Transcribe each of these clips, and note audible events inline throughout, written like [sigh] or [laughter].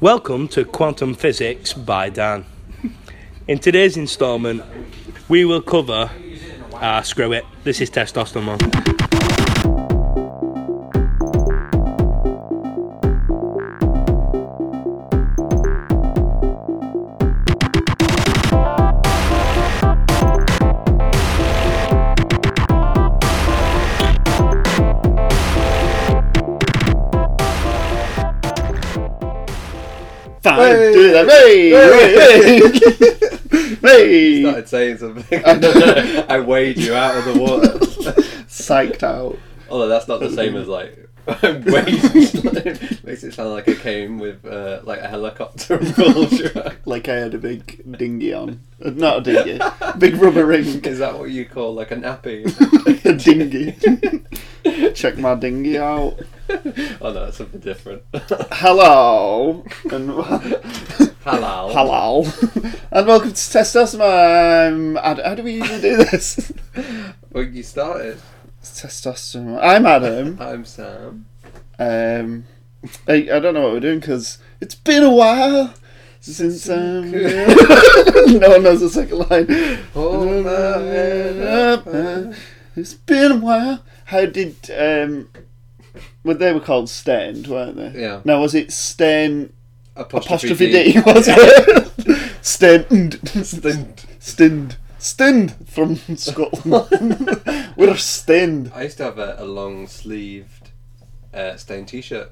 Welcome to Quantum Physics by Dan. In today's instalment, we will cover. Ah, screw it. This is testosterone. Hey, do that. Hey, hey, [laughs] hey. hey. started saying something. [laughs] I weighed you out of the water. [laughs] Psyched out. Although that's not the same as like. [laughs] I [laughs] weighed. Makes it sound like I came with uh, like a helicopter [laughs] and pulled you out. Like I had a big dinghy on. Uh, Not a dinghy. Big rubber ring. Is that what you call like a nappy? [laughs] A [laughs] dinghy. Check my dinghy out. oh no, that's something different. [laughs] Hello. And Halal. Hello. And welcome to Testosterone. How do- how do we usually do this? [laughs] Well, you started. Testosterone. I'm Adam. I'm [laughs] Sam. Um, I, I don't know what we're doing because it's been a while since [laughs] um, no one knows the second line. Oh, Hold my head up. It's been a while. How did um? Well, they were called stained, weren't they? Yeah. Now was it stain Apostrophe, apostrophe D? [laughs] Was it stained? Stint. Stained. Stained from [laughs] Scotland. we're [laughs] stained. I used to have a, a long sleeved uh, stained T-shirt.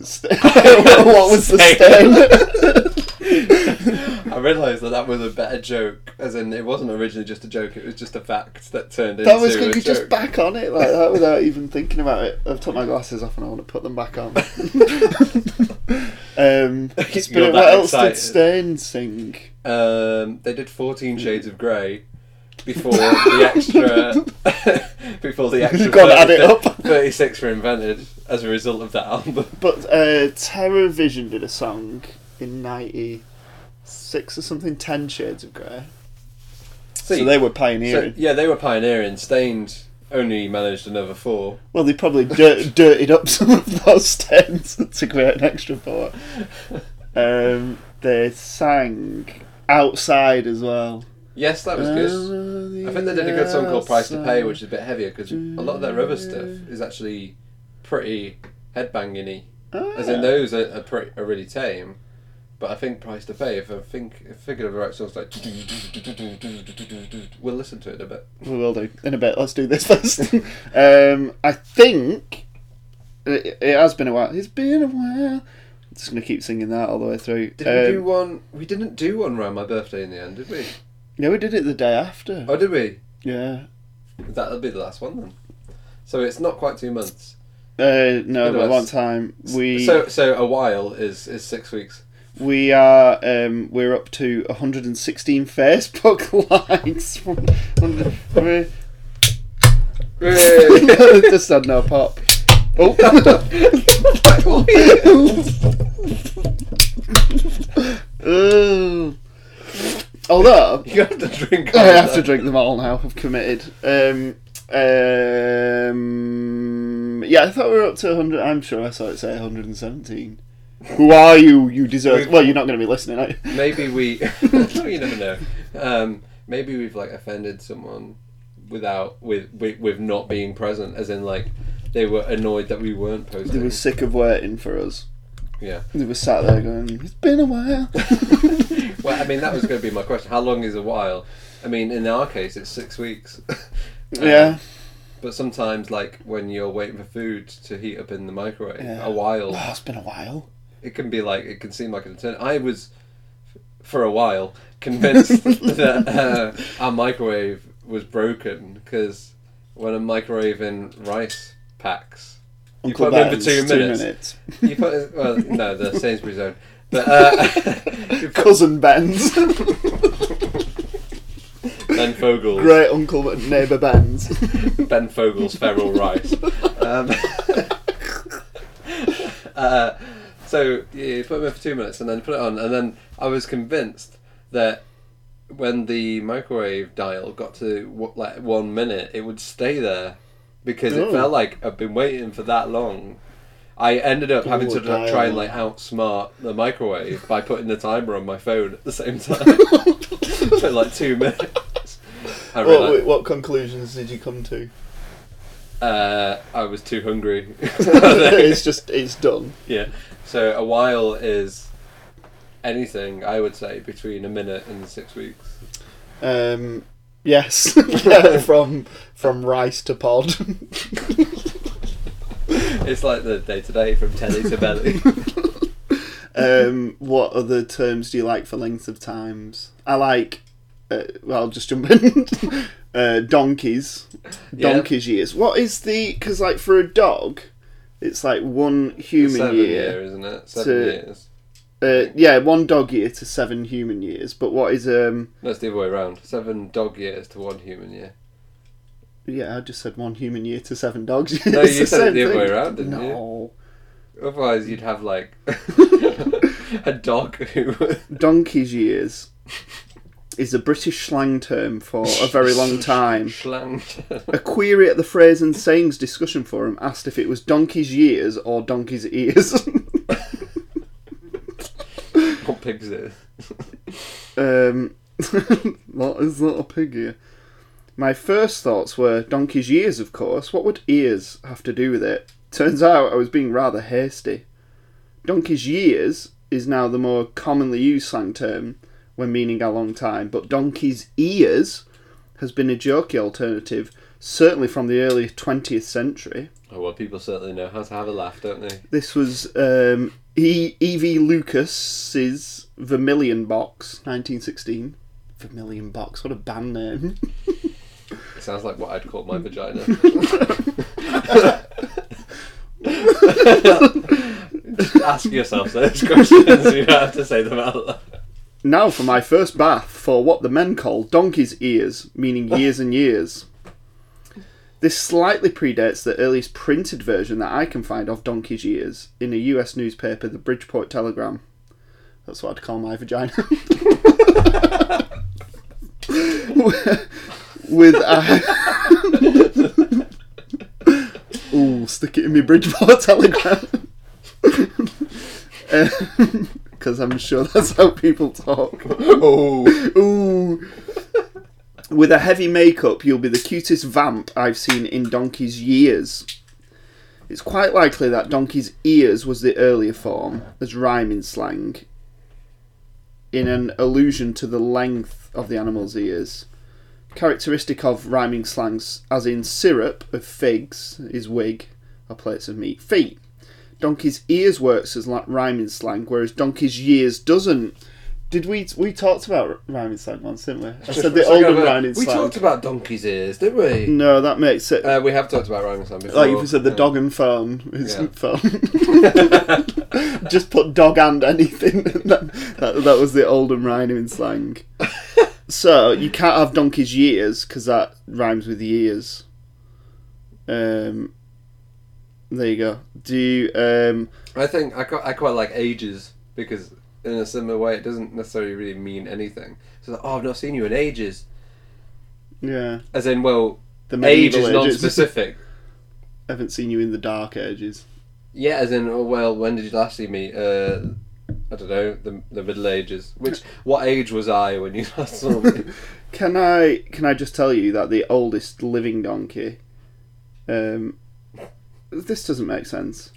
St- what was the stain? I realised that that was a better joke, as in it wasn't originally just a joke; it was just a fact that turned That was into a good. You joke. just back on it like that without even thinking about it. I've took my glasses off and I want to put them back [laughs] on. um, You're but that what else excited. did Stern sing? Um, they did Fourteen Shades of Grey before the extra, [laughs] before the extra. Go on, add it up. Thirty-six were invented as a result of that album. [laughs] But uh, Terror Vision did a song in '96 or something, Ten Shades of Grey. So, See, they were so- pioneering. yeah, they were pioneering. Stained only managed another four. well, they probably dirt, dirtied up [laughs] some of those tens to create an extra four. [laughs] Um, they sang outside as well. Yes, that was good. I think they did a good song called Price to Pay, which is a bit heavier because a lot of their other stuff is actually pretty headbanging Ah. As in, those are, are, pretty, are really tame. But I think Price to Pay, if I think if I figure of the right songs, like. We'll listen to it a bit. We will do Oh, in a bit. Let's do this [laughs] first. um, I think it, it has been a while. It's been a while. I'm just gonna keep singing that all the way through. Did um, we do one? We didn't do one round my birthday in the end, did we? Yeah, we did it the day after. Oh, did we? Yeah. That'll be the last one then. So it's not quite two months. Uh, no, Good but advice. one time we So so a while is is six weeks. we are um, we're up to 116 Facebook [laughs] likes. From, from- [laughs] we- [laughs] just had no pop. Oh. [laughs] Ooh. Although you have to drink. I have all to that. drink them all now. I've committed. Um, um, yeah, I thought we were up to 100. I'm sure I saw it say 117. Who are you? You deserve. We've- Well, you're not going to be listening, are you? Maybe [laughs] we. [laughs] no, you never know. Um, maybe we've like offended someone without with, with with not being present, as in like they were annoyed that we weren't They posting. were sick of waiting for us. Yeah. They were sat there going, "It's been a while." [laughs] Well, I mean that was going to be my question. How long is a while? I mean, in our case, it's six weeks. [laughs] [laughs] yeah. But sometimes, like when you're waiting for food to heat up in the microwave, Yeah. a while Oh, it's been a while. it can be like it can seem like an eternity. I was, for a while, [laughs] convinced that uh, our microwave was broken because when I'm microwaving rice packs, you put them in for Ben's, two minutes. You put it- well, no, the Sainsbury's own, but uh, [laughs] you [laughs] put Cousin Ben's. [laughs] Ben Fogel's Great uncle, but neighbour Ben's. [laughs] [laughs] Ben Fogel's feral rice. Um, [laughs] uh, so yeah, you put them in for two minutes and then put it on, and then I was convinced that when the microwave dial got to what, like one minute, it would stay there because Oh. it felt like I've been waiting for that long. I ended up having Ooh, to dial. try and like outsmart the microwave by putting the timer on my phone at the [laughs] same time [laughs] for like two minutes. I What, realized what conclusions did you come to? uh, I was too [laughs] hungry. [laughs] it's just it's done. yeah. So a while is anything I would say between a minute and six weeks. Um, yes, [laughs] Yeah, from from rice to pod. [laughs] It's like the day to day from telly to [laughs] belly. um, what other terms do you like for length of times? I like. Uh, well, I'll just jump in. [laughs] uh, donkeys, Yeah. donkeys years. What is the? Because like for a dog, it's like one human Seven year. year, isn't it? Seven to- years. Uh, yeah, one dog year to seven human years. But what is um? No, it's the other way around. Seven dog years to one human year. Yeah, I just said one human year to seven dogs. years. [laughs] No, It's you the said it same the other way thing. around, didn't you? no. Otherwise, you'd have like [laughs] a dog who. Donkey's years is a British slang term for a very [laughs] long time. Schlanged. A query at the Phrase and Sayings discussion forum asked if it was donkey's years or donkey's ears. [laughs] What pigs is? um, [laughs] what is not a pig here? My first thoughts were donkey's years, of course. What would ears have to do with it? Turns out I was being rather hasty. Donkey's years is now the more commonly used slang term when meaning a long time, but donkey's ears has been a jokey alternative, certainly from the early 20th century. Oh well, people certainly know how to have a laugh, don't they? This was um, e- E.V. Lucas's Vermilion Box, 1916. Vermilion Box, what a band name. It sounds like what I'd call my vagina. Just [laughs] ask yourself those questions. You don't have to say them out loud. now for my first bath for what the men call donkey's ears, meaning years and years. This slightly predates the earliest printed version that I can find of donkey's ears in a US newspaper, the Bridgeport Telegram. That's what I'd call my vagina. [laughs] With uh, a. [laughs] Ooh, stick it in me Bridgeport [laughs] Telegram. [laughs] Because I'm sure that's how people talk. Oh, [laughs] Ooh. With a heavy makeup, you'll be the cutest vamp I've seen in Donkey's years. It's quite likely that Donkey's ears was the earlier form, as rhyming slang, in an allusion to the length of the animal's ears. Characteristic of rhyming slangs, as in syrup of figs, is wig, or plates of meat, feet. Donkey's ears works as like rhyming slang, whereas Donkey's years doesn't. Did we we talked about rhyming slang once, didn't we? I said the older rhyming We slang. talked about donkey's ears, didn't we? No, that makes it. Uh, we have talked about rhyming slang before. Mm. like if you said the Yeah. dog and phone, it's [laughs] Yeah. phone. Just put dog and anything. [laughs] that, that, that was the Oldham rhyming [laughs] slang. so you can't have donkey's years because that rhymes with years. Um, there you go. Do you, um, I think I quite, I quite like ages because in a similar way it doesn't necessarily really mean anything. So like, oh, I've not seen you in ages, yeah. as in well, The age is medieval ages. non-specific. haven't seen you in the dark ages. yeah, as in oh, well, when did you last see me? Uh, I don't know the the Middle Ages. Which [laughs] what age was I when you last saw [laughs] me? Can I can I just tell you that the oldest living donkey? Um, this doesn't make sense.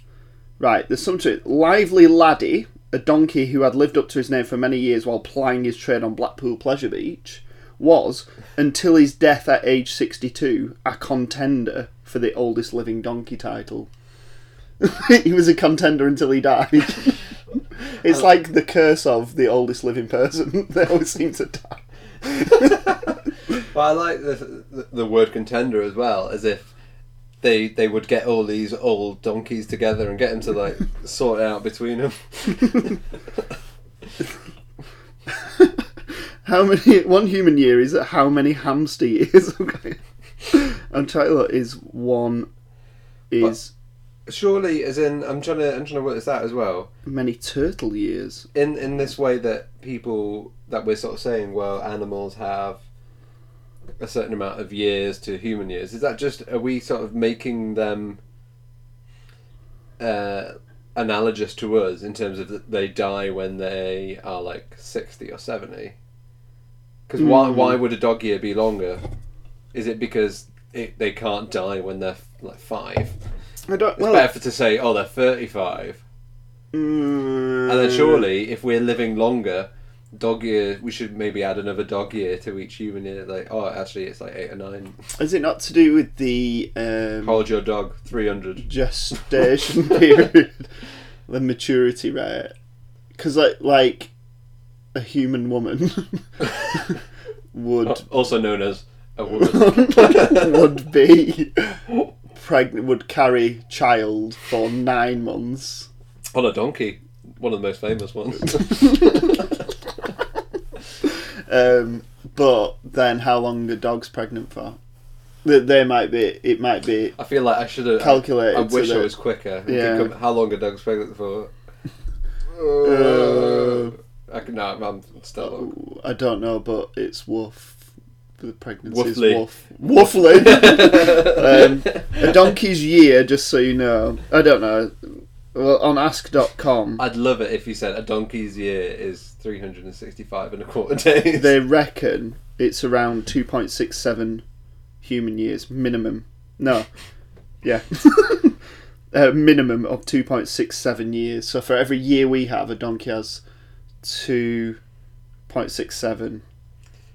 Right, there's some truth. Lively laddie, a donkey who had lived up to his name for many years while plying his trade on Blackpool Pleasure Beach, was until his death at age 62 a contender for the oldest living donkey title. [laughs] he was a contender until he died. [laughs] it's like the curse of the oldest living person. [laughs] they always seem to die. but I like the, the the word contender as well, as if. They, they would get all these old donkeys together and get them to [laughs] like sort it out between them. How many? [laughs] One human year is how many hamster years? [laughs] okay. I'm trying to look. Is one is Surely, as in I'm trying to I'm trying to work this out as well. many turtle years? in in this way that people that we're sort of saying well animals have a certain amount of years to human years is that just are we sort of making them uh, analogous to us in terms of that they die when they are like 60 or 70. Because why, why would a dog year be longer? Is it because it, they can't die when they're like five? I don't. It's Well, better to say, oh, they're 35. mm, And then surely, if we're living longer, dog year, we should maybe add another dog year to each human year. Like, oh, actually, it's like eight or nine. is it not to do with the um, Hold your dog, 300. gestation [laughs] period, the maturity rate? Because like like a human woman [laughs] [laughs] would Also known as [laughs] a woman. would be pregnant would carry child for nine months. On a donkey. One of the most [laughs] famous ones. Um, but then how long a dog's pregnant for? That they might be. It might be. I feel like I should have Calculated I, to wish I the- was quicker. Yeah. Become- How long a dog's pregnant for? Uh, Oh. I can, no, I'm- I'm still. I don't know, but it's woof. The pregnancy is Woofly. woof. Woofly. um, a donkey's year, just so you know. I don't know. Well, on ask.com, I'd love it if you said a donkey's year is 365 and a quarter days. they reckon it's around 2.67 human years minimum. No. Yeah. [laughs] a minimum of 2.67 years. So for every year we have, a donkey has 2.67.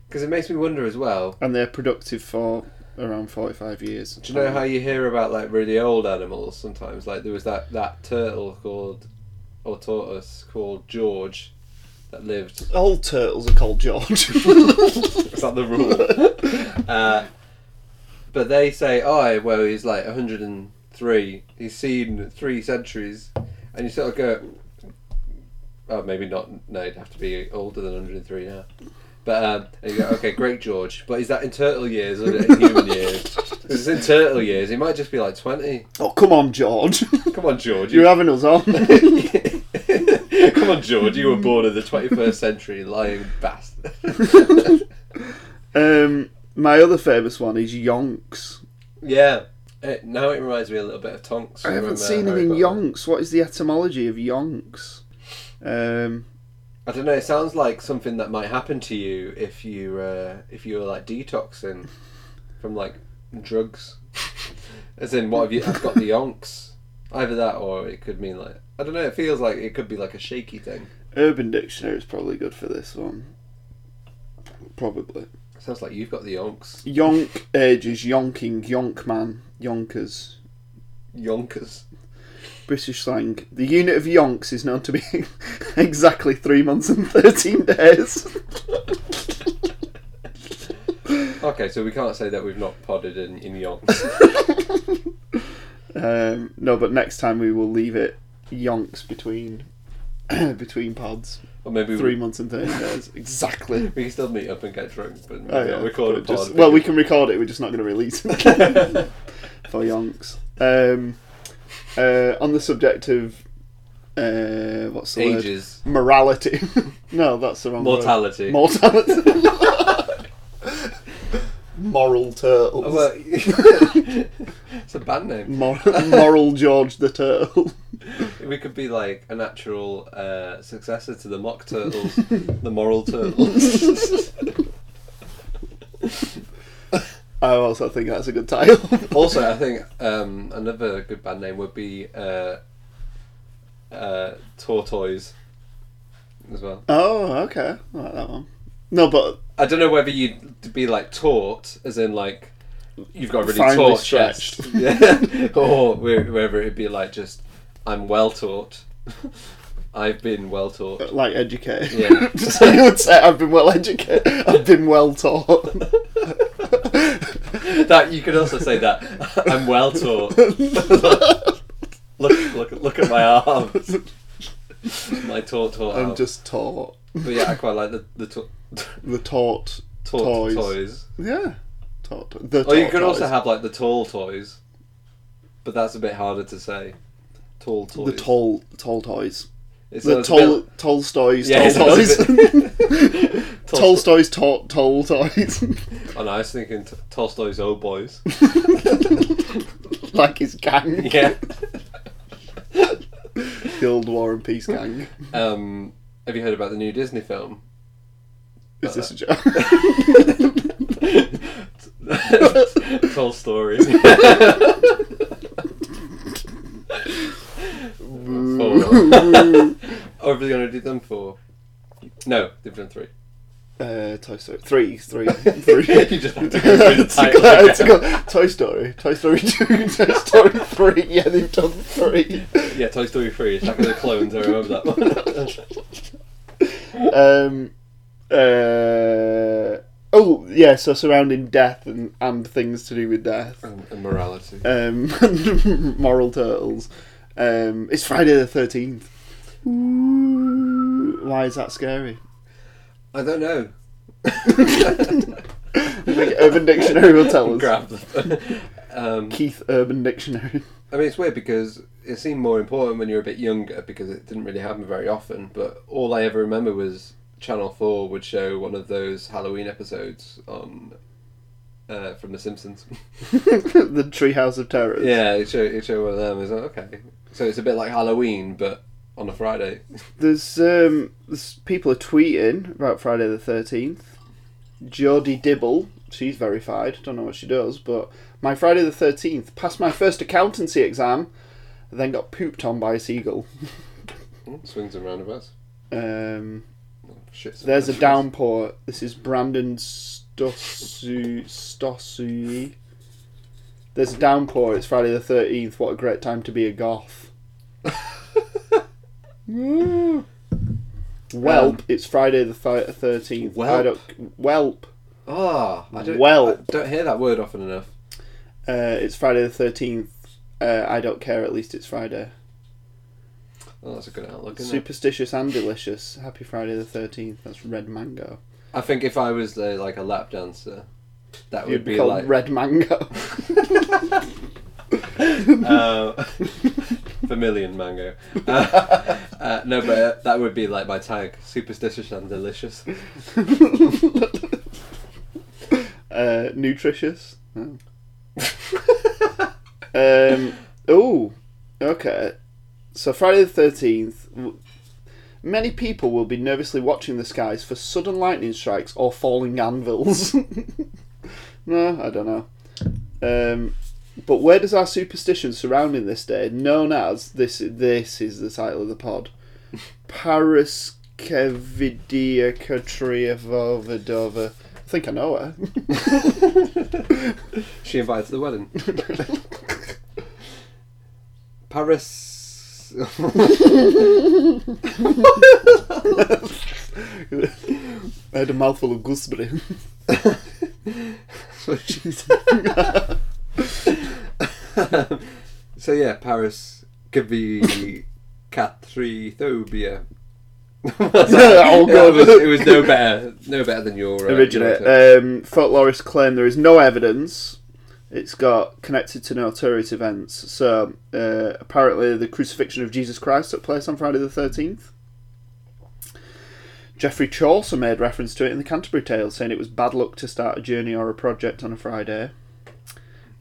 Because it makes me wonder as well. And they're productive for around 45 years. Do you know how you hear about like really old animals sometimes? Like there was that that turtle called or tortoise called George that lived. All turtles are called George. Is that the rule? uh, but they say, oh, well, he's like 103. He's seen three centuries, and you sort of go, oh, maybe not. No, he'd have to be older than 103 now. But um, and you go, okay, great George. But is that in turtle years or is it in human years? 'Cause it's in turtle years. He might just be like 20. [laughs] oh, come on, George. [laughs] Come on, George. You're having us on. [laughs] Come on, George. You were born in the 21st century, lying bastard. um, my other famous one is Yonks. yeah. It, now it reminds me a little bit of Tonks. I from, uh, haven't seen him Harry in Potter. Yonks. What is the etymology of Yonks? Um, I don't know. It sounds like something that might happen to you if you uh, if you were like detoxing from like drugs. As in, what have you? I've got the yonks. Either that, or it could mean like I don't know. It feels like it could be like a shaky thing. Urban Dictionary is probably good for this one. Probably. It sounds like you've got the yonks, Yonk ages, yonking, yonk man, yonkers. yonkers. British slang. The unit of yonks is known to be [laughs] exactly three months and 13 days. Okay, so we can't say that we've not podded in in yonks. Um, no, but next time we will leave it yonks between [clears throat] between pods. or maybe Three we, months and 30 days. Exactly. we can still meet up and get drunk, but maybe Oh, not yeah. record a But just- pod. well, we can record it, we're just not going to release [laughs] it for yonks. Um, uh, on the subject of. Uh, what's the word? ages, Morality. [laughs] no, that's the wrong word. mortality. Mortality. [laughs] Moral turtles. [laughs] Oh, well, [laughs] it's a band name. Mor- moral George the turtle. [laughs] We could be like a natural uh, successor to the mock [laughs] turtles, the moral turtles. [laughs] Oh, I also think that's a good title. also, I think um, another good band name would be uh, uh, Tortoise as well. oh, okay. I like that one. No, but I don't know whether you'd be like taut, as in like you've got a really Finely taut stretched. chest, yeah. [laughs] or whe- whether it'd be like just I'm well taught. [laughs] I've been well taught. like educated. [laughs] Yeah. so you would say I've been well educated. I've been well taught. [laughs] that you could also say that I'm [laughs] well taught. look, look, look at my arms. My taut, taut I'm arms. just taught. But yeah, I quite like the the taut, The taught. taut Toys. toys. Yeah. Taught. The Or you taught could also toys. have like the tall toys, but that's a bit harder to say. Tall toys. the tall tall toys. It's- The it's a tol bit- Tolstoy's Yeah, it tall sounds toys. a bit- [laughs] Tolstoy- Tolstoy's tall tall [laughs] toys. [laughs] Oh, no, I was thinking t- Tolstoy's [laughs] old boys. like his gang. Yeah. The old War and Peace [laughs] gang. Um, have you heard about the new Disney [laughs] film? Is this a joke? [laughs] Whole [laughs] story. Or have they going to do them four? No, they've done three. uh, Toy Story. Three. [laughs] Three. Three. you just have to go through the [laughs] It's title. got- it's [laughs] got Toy Story, Toy Story 2, [laughs] Toy Story 3. Yeah, they've done three. Yeah, Toy Story 3, Attack of the Clones, I remember that [laughs] Um, one. uh, oh, yeah, so surrounding death and, and things to do with death. and, and morality. Um, [laughs] moral turtles. Um, it's Friday the 13th. Ooh, Why is that scary? I don't know. I think Urban Dictionary will tell us. Grab the. Um, Keith Urban Dictionary. [laughs] I mean, it's weird because it seemed more important when you were a bit younger because it didn't really happen very often. But all I ever remember was Channel 4 would show one of those Halloween episodes on uh, from [laughs] The Simpsons. the Treehouse of Terrors. yeah, it showed, it showed one of them. It's like, okay. So it's a bit like Halloween, but on a Friday. [laughs] There's um, there's people are tweeting about Friday the thirteenth. Jodie Dibble, she's verified. Don't know what she does, but my Friday the thirteenth passed my first accountancy exam, and then got pooped on by a seagull. Oh, Swings and roundabouts. Oh, Um, Shit. there's a downpour. This is Brandon Stosu Stosui. There's a downpour. It's Friday the thirteenth. What a great time to be a [laughs] goth. Woo. Um, Whelp, it's Friday the thirteenth. Whelp. Whelp, Ah, I don't, Well. I don't hear that word often enough. uh, it's Friday the thirteenth. Uh, I don't care. At least it's Friday. Oh, that's a good outlook, isn't it? Superstitious and delicious. Happy Friday the thirteenth. That's Red Mango. I think if I was uh, like a lap dancer, that You'd would be be called like. Red Mango. uh, [laughs] vermilion mango. Uh, uh, no, but uh, that would be like my tag: superstitious and delicious. uh, nutritious. Oh. um. Oh. Okay. So Friday the thirteenth. Many people will be nervously watching the skies for sudden lightning strikes or falling anvils. [laughs] no, I don't know. Um, but where does our superstition surrounding this day, known as this, this is the title of the pod, Paraskevidia Katriavovidova. I think I know her. She invited to the wedding. [laughs] Paris. [laughs] I had a mouthful of gooseberry. [laughs] That's what she said. so yeah, Paris could be Catrithobia. Oh, God. It was, it was no better, no better than your uh, Originate. your- Um, folklorists claim there is no evidence. It's got connected to notorious events. So uh, apparently, the crucifixion of Jesus Christ took place on Friday the thirteenth. Geoffrey Chaucer made reference to it in the Canterbury Tales, saying it was bad luck to start a journey or a project on a Friday.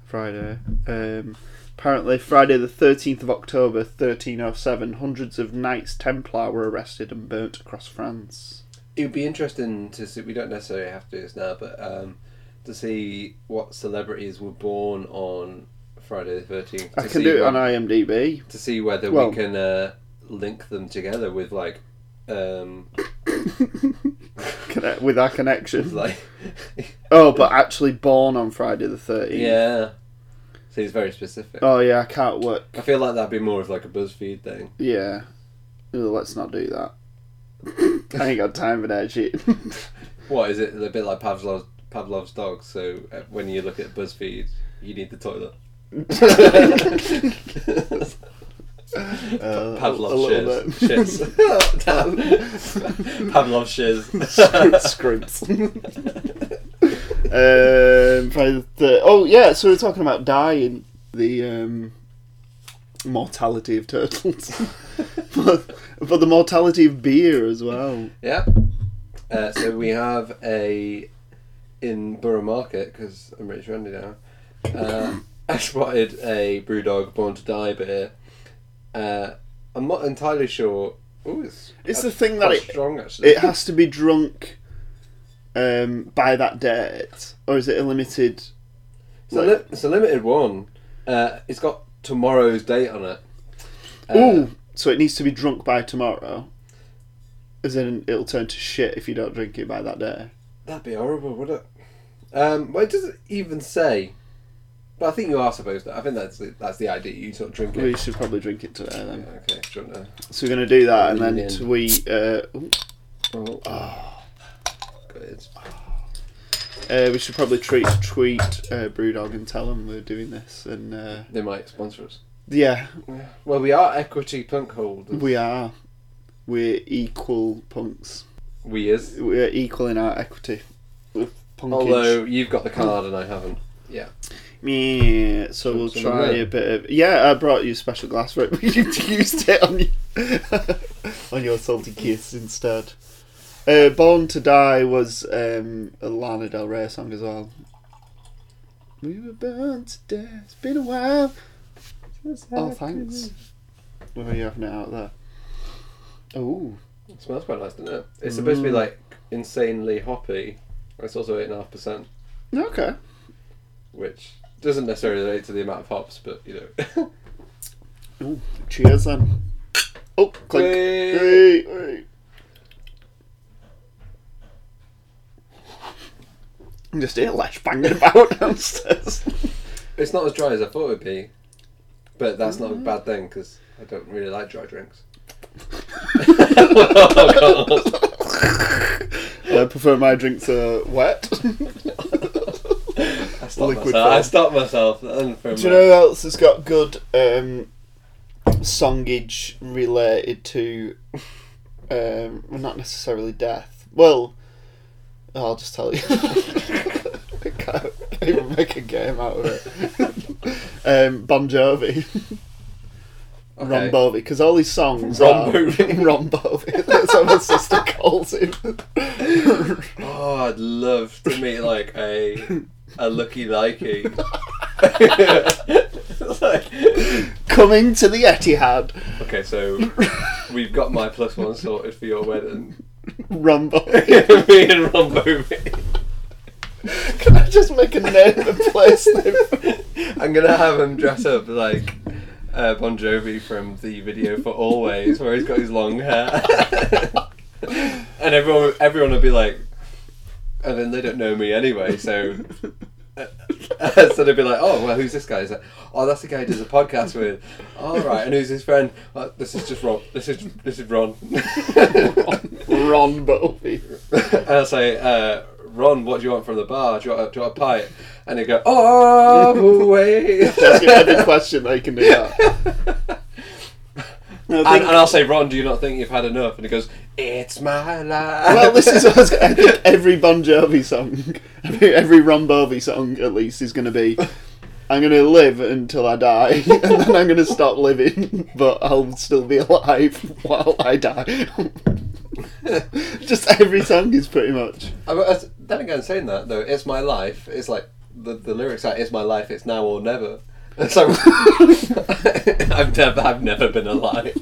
Friday. Um, apparently, Friday the 13th of October, 1307, hundreds of Knights Templar were arrested and burnt across France. It would be interesting to see. We don't necessarily have to do this now, but um, to see what celebrities were born on Friday the thirteenth. I can do it on IMDb. to see whether well- we can uh, link them together with like, um, [laughs] connect, with our connection. like, [laughs] Oh, but actually born on Friday the 13th. yeah. So he's very specific. Oh, yeah, I can't work. I feel like that'd be more of like a BuzzFeed thing. Yeah. Ugh, let's not do that. [laughs] I ain't got time for that shit. [laughs] What is it? A bit like Pavlov's Pavlov's dog. So uh, when you look at BuzzFeed, you need the toilet. Uh, Pavlov a little shiz. Shiz. [laughs] Damn. Pavlov shiz. bit. [laughs] Scripts. um, Friday the thir- oh, yeah, so we're talking about dying. The um, mortality of [laughs] turtles. but, but the mortality of beer as well. yeah. Uh, so we have a in Borough Market because I'm Rich [coughs] Randy now. Uh, I spotted a brew dog born to die beer Uh, I'm not entirely sure. Ooh, it's It's quite- the thing that quite it- strong actually. It has to be drunk um, by that date, or is it a limited? it's, a li- it's a limited one. Uh, it's got tomorrow's date on it. Uh, Ooh, Um, so it needs to be drunk by tomorrow. As in, it'll turn to shit if you don't drink it by that day. That'd be horrible, would it? Um, well, it doesn't even say. But I think you are supposed to. I think that's the, that's the idea. You sort of drink it. We should probably drink it today then. Okay, do you want to- So we're gonna do that, and then Brilliant. t- we uh, ooh, Oh. Good. uh, we should probably treat tweet uh, Brewdog and tell them we're doing this, and uh, They might sponsor us. yeah, Well, we are equity punk holders. we are. We're equal punks. We is. We're equal in our equity. With punkage. Although you've got the card and I haven't. Yeah, so Some- we'll some try red. a bit of. Yeah, I brought you special glass for it, [laughs] but you [laughs] used it on your, on your salty kiss instead. Uh, Born to Die was um, a Lana Del Rey song as well. We were born to die, it's been a while. Oh, thanks. What are you having it out there? Oh, It smells quite nice, doesn't it? It's supposed Mm. to be like insanely hoppy. It's also eight and a half percent, okay. which doesn't necessarily relate to the amount of hops, but you know. [laughs] Cheers then. Oh, clink. Hey. Hey, hey. I'm just here, lash banging about [laughs] downstairs. it's not as dry as I thought it would be, but that's not a bad thing because I don't really like dry [laughs] drinks. Oh, I prefer my drinks uh, wet. [laughs] [laughs] I stopped Liquid myself. I form. stopped myself. And for a Do you know moment. who else has got good um, songage related to, um, well, not necessarily death? Well, I'll just tell you. [laughs] I can't even make a game out of it. [laughs] um, bon Jovi, Ron Okay. Bovi, because all his songs Ron are [laughs] Bovi. Ron Bovi. That's what my sister calls him. [laughs] Oh, I'd love to meet like a a lucky [laughs] likey. Like- Coming to the Etihad, okay, so [laughs] we've got my plus one sorted for your wedding. Ron [laughs] Me Bovi. and Ron Bovey. [laughs] Can I just make a name and place name? [laughs] I'm gonna have him dress up like uh, Bon Jovi from the video for Always, where he's got his long hair, [laughs] and everyone everyone will be like, and then they don't know me anyway, so. [laughs] so they'd be like, "Oh, well, who's this guy?" He's like, "Oh, that's the guy he does a podcast with." All right, and who's his friend? "Oh, this is just Rob. This is this is Ron. [laughs] Ron Bowlby. [laughs] and I say, uh, Ron, what do you want from the bar? Do you want, a- do you want a pie? And he go, oh, [laughs] wait. That's your every question they can do that. No, I And, think, and I'll say, Ron, do you not think you've had enough? And he goes, it's my life. well, [laughs] this is I think every Bon Jovi song, [laughs] every, every Ron Bovey song at least is going to be. I'm going to live until I die, [laughs] and then I'm going to stop living, but I'll still be alive while I die. [laughs] Just every song is pretty much. I- I- then again, saying that, though, it's my life. It's like, the, the lyrics are, it's my life, it's now or never. [laughs] It's like, I've never, I've never been alive.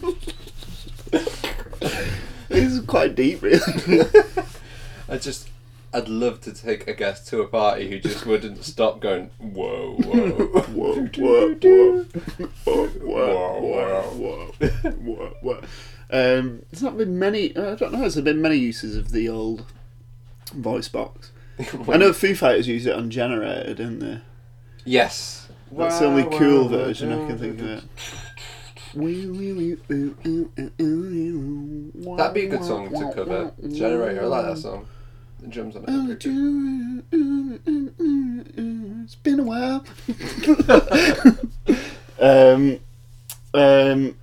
It's quite deep, really. I just, I'd love to take a guest to a party who just wouldn't stop going, whoa, [laughs] whoa, Whoa, whoa, whoa. Whoa, [laughs] whoa, whoa, whoa, whoa. Um, there's not been many. uh, I don't know. Has there been many uses of the old voice [laughs] box? I know Foo Fighters use it on Generator, don't they? Yes. That's the only cool version I can think of. It. That'd be a good song to cover. Generator, I like that song. The drums on Oh, it. are pretty good. It's been a while. [laughs] um, um,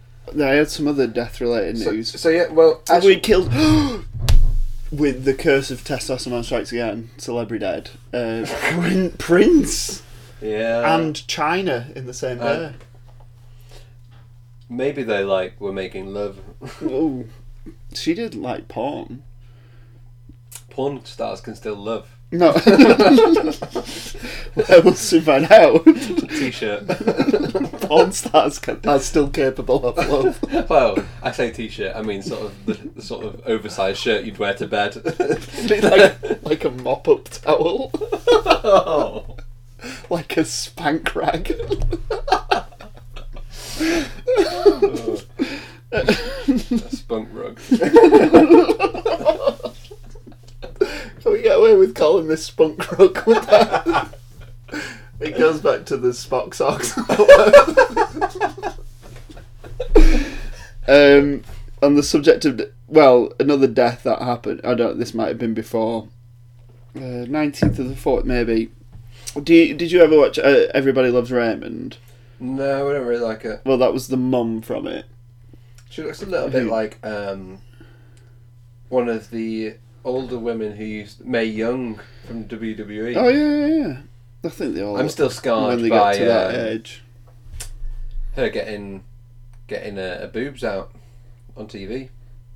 I had some other death related So, news. so yeah, well, actually, we killed. [gasps] With the curse of testosterone strikes again, celebrity dead. [laughs] Uh, Prin- Prince yeah, and China in the same Uh, day. maybe they like were making love. [laughs] Oh, she did like porn. Porn stars can still love. [laughs] [laughs] No. I will soon find out. [laughs] [laughs] T-shirt. Porn stars ca- are still capable of love. [laughs] well, I say T-shirt. I mean, sort of the, the sort of oversized shirt you'd wear to bed. [laughs] like, like a mop up towel. [laughs] oh. like a spank [laughs] rag. [laughs] A spunk [laughs] rug. Can we get away with calling this spunk [laughs] rug with that? it goes back to the Spock socks. [laughs] um, on the subject of well, another death that happened. I don't. This might have been before uh, nineteenth of the fourth, maybe. Do you, did you ever watch uh, Everybody Loves Raymond? No, I don't really like it. Well, that was the mum from it. She looks a little bit Who? like um, one of the older women who used May Young from WWE. Oh yeah, yeah. yeah. I think they all. I'm still scarred when they by get to that um, age. her getting getting uh, her boobs out on TV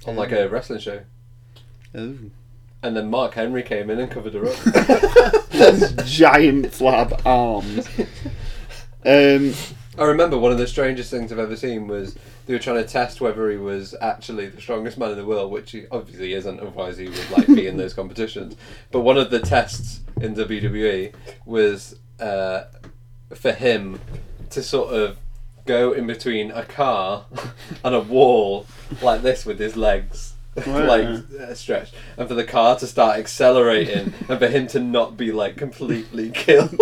on like a wrestling show, Oh. and then Mark Henry came in and covered her up. Those [laughs] giant flab arms. Um, I remember one of the strangest things I've ever seen was they were trying to test whether he was actually the strongest man in the world, which he obviously isn't, otherwise he would like be in those competitions. But one of the tests in WWE was uh, for him to sort of go in between a car [laughs] and a wall like this with his legs. [laughs] Wow. like uh, stretched, and for the car to start [laughs] accelerating, and for him to not be like completely killed, [laughs]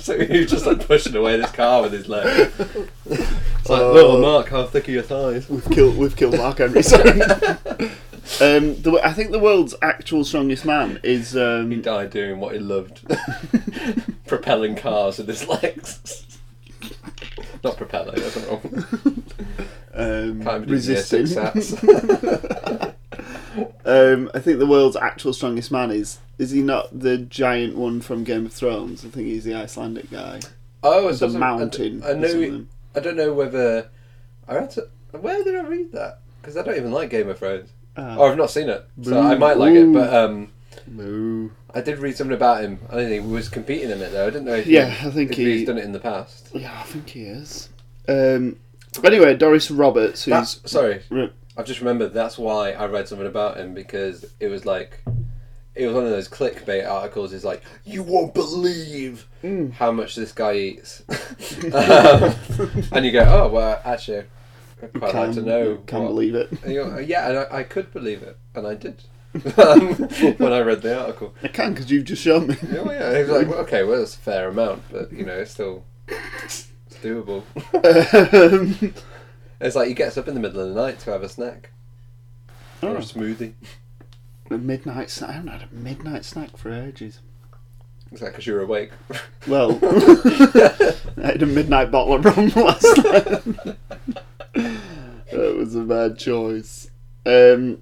so he was just like pushing away this car with his leg. It's like Oh. little Mark, how thick are your thighs? we've killed we've killed Mark Henry. Sorry. [laughs] Um, the, I think the world's actual strongest man is He um, died doing what he [laughs] loved, propelling cars with his legs. Not propeller, that's not wrong. um, Can't even do the resisting. six sats. [laughs] um, I think the world's actual strongest man is is he not the giant one from Game of Thrones? I think he's the Icelandic guy. oh, it's The also- I- mountain. I, or know. something. I don't know whether I had to. Where did I read that? Because I don't even like Game of Thrones, Ah. or I've not seen it, so Boo. I might like it. Ooh. But um, Moo. I did read something about him. I don't think he was competing in it though. I didn't know. If Yeah, he, I think if he- he's done it in the past. Yeah, I think he is. Um, anyway, Doris Roberts, who's That's, sorry, Re- I've just remembered. That's why I read something about him because it was like, it was one of those clickbait articles. It's like you won't believe Mm. how much this [laughs] guy eats, Um, and you go, oh well, actually, I'd quite like to know. can't what- believe [laughs] it. And you go, yeah, and I, I could believe it, and [laughs] I did [laughs] um, when I read the article. I can because you've just shown me. Yeah, well, yeah. It was like, well, okay, well, it's a fair amount, but you know, it's still it's doable. [laughs] Um, It's like he gets up in the middle of the night to have a snack or a oh, smoothie. a midnight snack. I haven't had a midnight snack for ages. Is that because you're [laughs] awake? [laughs] Well, I had a midnight bottle of rum [laughs] last night. that was a bad choice. Um,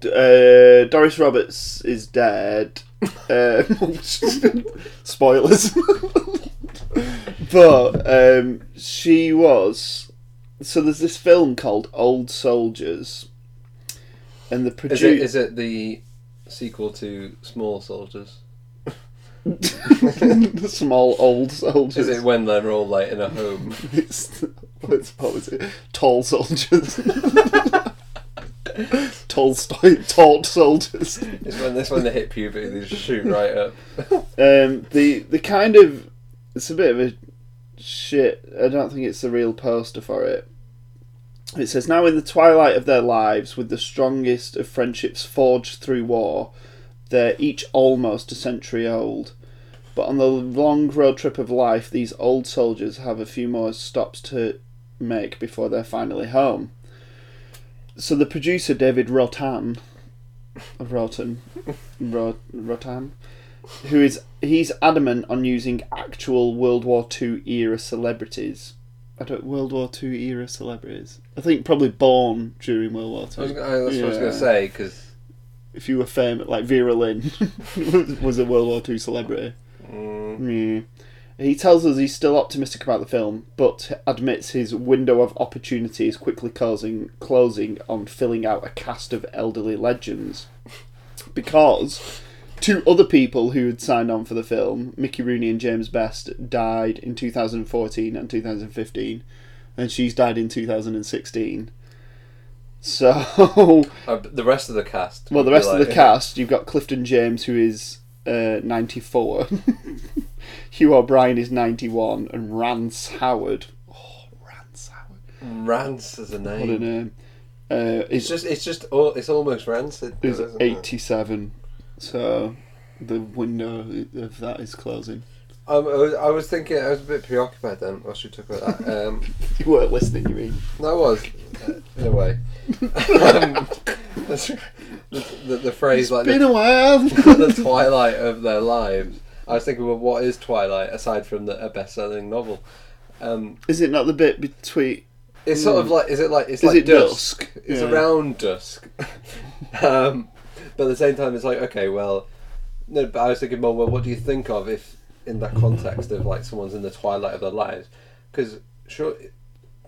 d- uh, Doris Roberts is dead. Um, [laughs] spoilers. [laughs] but um, she was. So there's this film called Old Soldiers. And the Is producer. it, is it the sequel to Small Soldiers? [laughs] small old soldiers. Is it when they're all like in a home? [laughs] It's, what's, what was it? Tall [laughs] soldiers. Tolstoy, tall soldiers. It's when this when they hit puberty, they just shoot right [laughs] up. Um, the the kind of it's a bit of a shit. I don't think it's the real poster for it. It says now in the twilight of their lives, with the strongest of friendships forged through war, they're each almost a century old. But on the long road trip of life, these old soldiers have a few more stops to make before they're finally home. So the producer David Rotan, Rotan, Rot- Rotan, who is he's adamant on using actual World War Two era celebrities. I don't World War Two era celebrities. I think probably born during World War I was, Two. gonna- that's what I was Yeah. gonna say because If you were famous, like Vera Lynn [laughs] was a World War Two celebrity. Yeah. He tells us he's still optimistic about the film, but admits his window of opportunity is quickly closing, closing on filling out a cast of elderly legends. Because two other people who had signed on for the film, Mickey Rooney and James Best, died in 2014 and 2015, and she's died in 2016. [laughs] So, Uh, but the rest of the cast. well, would the be rest of like- the cast, you've got Clifton James, who is uh, 94, [laughs] Hugh O'Brien is 91, and Rance Howard. Oh, Rance Howard. Rance is a What a name. name. Uh, It's is, just, it's just, all, it's almost rancid. though, is isn't it? 87, so the window of that is closing. Um, I, was, I was thinking, I was a bit preoccupied then whilst you talk about that. Um, You weren't listening, you mean? That was, uh, in [laughs] a way. um, that's- the, the, the phrase like Been the, a while. [laughs] the twilight of their lives. I was thinking, well, what is twilight aside from the, a best-selling novel? Um, [laughs] Is it not the bit between? it's sort of like, is it like, it's Hmm. Is like it dusk? dusk? It's Yeah. around dusk. [laughs] um, but at the same time, it's like, okay, well, no. But I was thinking more, well, what do you think of if in that context of like someone's in the twilight of their lives? Because sure,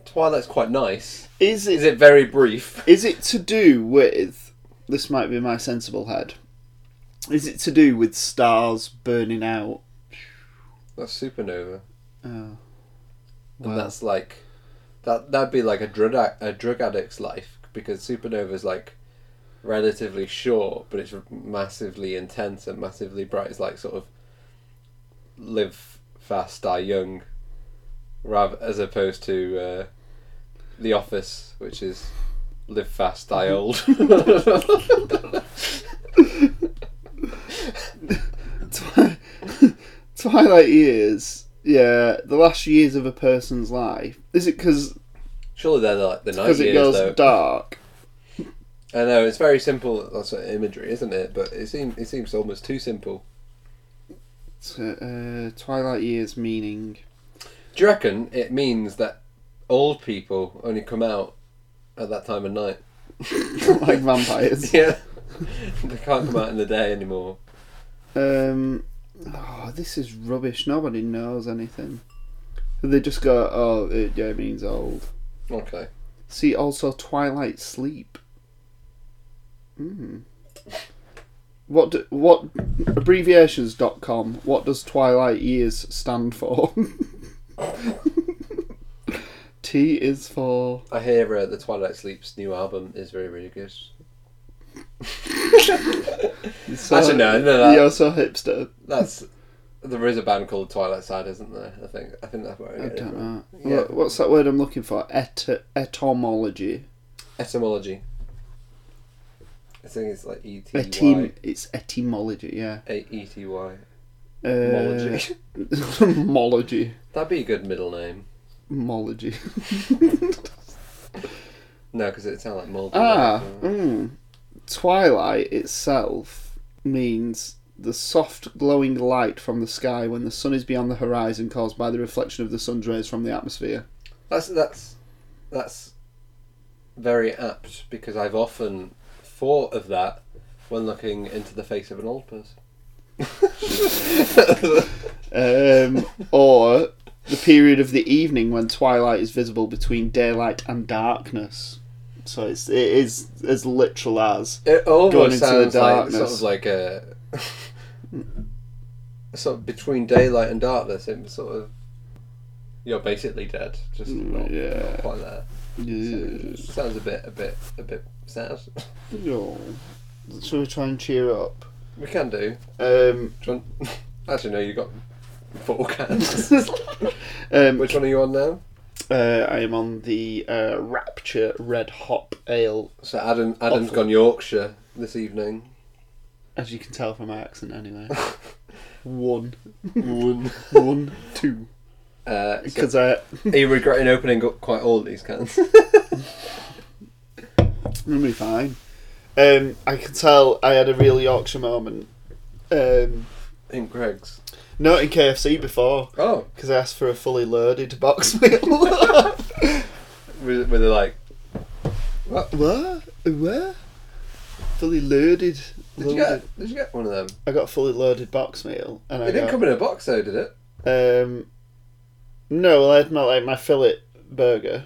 twilight's quite nice. Is Is it? it very brief? Is it to do with? This might be my sensible head. Is it to do with stars burning out? That's supernova, Oh, and Wow. that's like that. That'd be like a drug a- a drug addict's life because supernova is like relatively short, but it's massively intense and massively bright. It's like sort of live fast, die young, rather as opposed to uh, the office, which is live fast, die old. Mm-hmm. Twi- [laughs] Twilight years. Yeah, the last years of a person's life. Is it because [laughs] Surely they're like the night because it years goes though. dark? I know it's very simple. That's sort of imagery, isn't it? But it seems it seems almost too simple. So, Uh, Twilight years meaning. [laughs] Do you reckon it means that old people only come out at that time of night? [laughs] like vampires. Yeah. they can't come out in the day anymore. Um, oh, this is rubbish. Nobody knows anything. They just go, oh, it, yeah, it means old. Okay. See, also Twilight Sleep. Hmm. What do, what abbreviations.com what does twilight years stand for [laughs] t is for I hear uh, the Twilight Sleep's new album is very, really good. so, Actually, no, no, that- you're so hipster That's there is a band called Twilight Side, isn't there? I think I think that's where I i get it don't from. know Yeah. What- what's that word i'm looking for Et- etymology Etymology. I think it's like E T Y Etym- it's etymology yeah A E T Y. Uh, Etymology. [laughs] Mology. That'd be a good middle name. Mology. No, because it sounds like mold. Ah, mm. Twilight itself means the soft glowing light from the sky when the sun is beyond the horizon caused by the reflection of the sun's rays from the atmosphere. That's that's that's very apt because I've often thought of that when looking into the face of an old person. Um, or the period of the evening when twilight is visible between daylight and darkness. So it's, it is as literal as. It Going almost into the sounds like sort darkness. of like a [laughs] sort of between daylight and darkness. It sort of you're basically dead, just not, Mm, yeah. not quite there. Yeah. Sounds a bit, a bit, a bit sad. [laughs] Oh. Shall we try and cheer up? We can do. Um, do you want- [laughs] Actually, no. You got four [laughs] cans. um, Which one are you on now? uh, I am on the uh, Rapture Red Hop Ale, So Adam, Adam's Awful. gone Yorkshire this evening. as you can tell from my accent, anyway. [laughs] One, One. [laughs] one, two. Uh, so Because I, are you regretting opening up quite all these cans? [laughs] will be fine. Um, I can tell I had a real Yorkshire moment. Um, In Greg's. not in KFC before, Oh, because I asked for a fully loaded box [laughs] meal. with, with the like. what? What? Fully loaded. Did you loaded. get? Did you get one of them? I got a fully loaded box meal, and I It didn't got- come in a box though, did [laughs] it? Um, no, well, I had my like my fillet burger,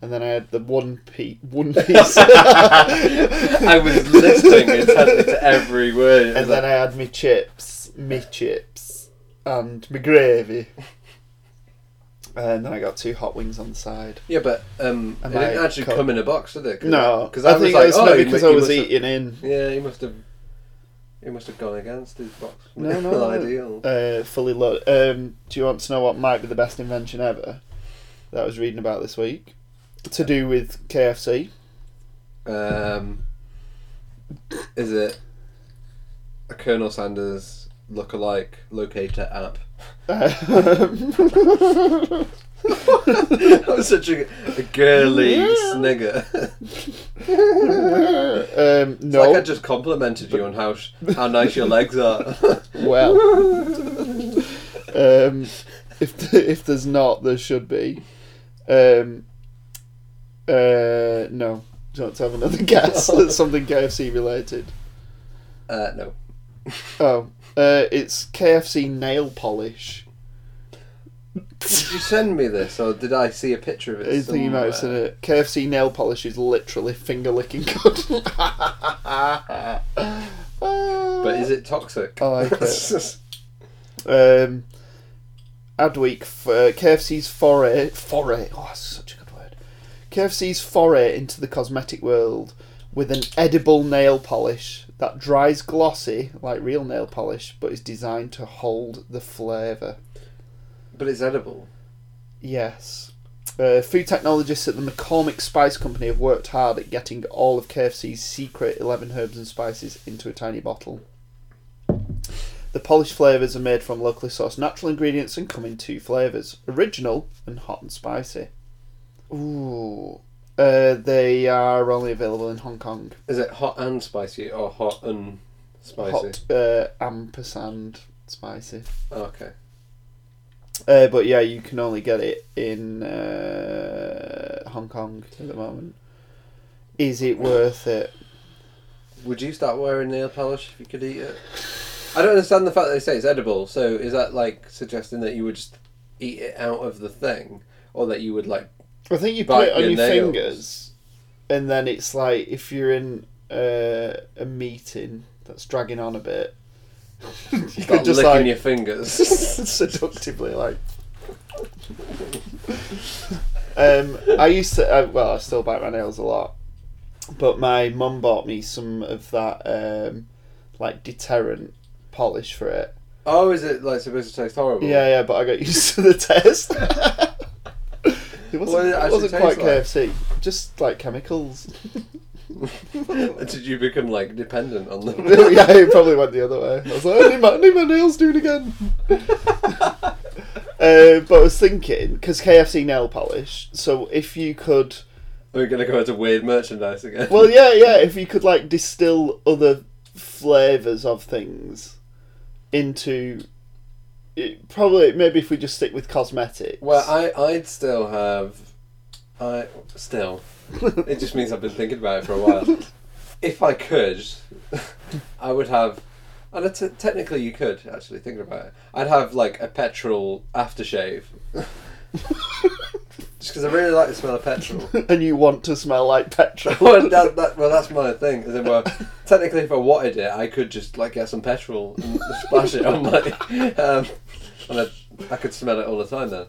and then I had the one piece. One [laughs] [laughs] piece. I was listening intently to every word. It was and then I had me chips, me chips, and me gravy. And then I got two hot wings on the side. Yeah, but um, it Am didn't I actually co- come in a box, did it? No, because I, think was like, it's oh, not you because mu- I you was must have- eating [laughs] in. Yeah, he must have. He must have gone against his box. No, [laughs] no, no. ideal. Uh, fully loaded. Um, do you want to know what might be the best invention ever that I was reading about this week? To do with [laughs] KFC. Um, is it a Colonel Sanders look-alike locator app? [laughs] Um, that was such a, a girly snigger. it's um, no. like I just complimented you on how sh- how nice your legs are. [laughs] Well, um, if if there's not, there should be. Um, uh, no, do you want to have [laughs] another guess? That's something KFC related. uh, no. Oh, uh, it's KFC nail polish. Did you send me this, or did I see a picture of it? I think you might have seen somewhere? it. KFC nail polish is literally finger licking good. But is it toxic? I like it. Um, Adweek, f- uh, KFC's foray, foray, oh, that's such a good word. KFC's foray into the cosmetic world with an edible nail polish that dries glossy like real nail polish, but is designed to hold the flavour. [laughs] but it's edible. Yes. Uh, food technologists at the McCormick Spice Company have worked hard at getting all of KFC's secret 11 herbs and spices into a tiny bottle. The polished flavours are made from locally sourced natural ingredients and come in two flavours original and hot and spicy. Ooh. Uh, they are only available in Hong Kong. Is it hot and spicy, or hot and spicy? Hot uh, ampersand spicy. Okay. Uh, but yeah, you can only get it in uh, Hong Kong at the moment. Is it worth it? Would you start wearing nail polish if you could eat it? I don't understand the fact that they say it's edible. So is that like suggesting that you would just eat it out of the thing, or that you [laughs] would like? I think you put Bite it on your your nails. fingers, and then it's like if you're in uh, a meeting that's dragging on a bit, [laughs] you Start could just licking like your fingers. [laughs] [laughs] seductively like. um, I used to. Uh, well, I still bite my nails a lot, but my mum bought me some of that um, like deterrent polish for it. oh, is it like supposed to taste horrible? Yeah, yeah, but I got [laughs] used to the taste. [laughs] it wasn't, What did it it actually wasn't taste quite like? KFC, just like chemicals. [laughs] Did you become like dependent on [laughs] them? [laughs] yeah, it probably went the other way. I was like, I need my, I need my nails doing again. [laughs] uh, but I was thinking, because KFC nail polish, so if you could, We're gonna go into weird merchandise again. well, yeah, yeah, if you could like distill other flavors of things into, it, probably maybe if we just stick with cosmetics. Well, I I'd still have, I still. it just means I've been thinking about it for a while. if I could, I would have, and it's, technically you could actually thinking about it. I'd have like a petrol aftershave, just because I really like the smell of petrol. and you want to smell like petrol. [laughs] well, that, that, well, that's my thing. As in, well, technically, if I wanted it, I could just like get some petrol and splash it on my, um, and I, I could smell it all the time then.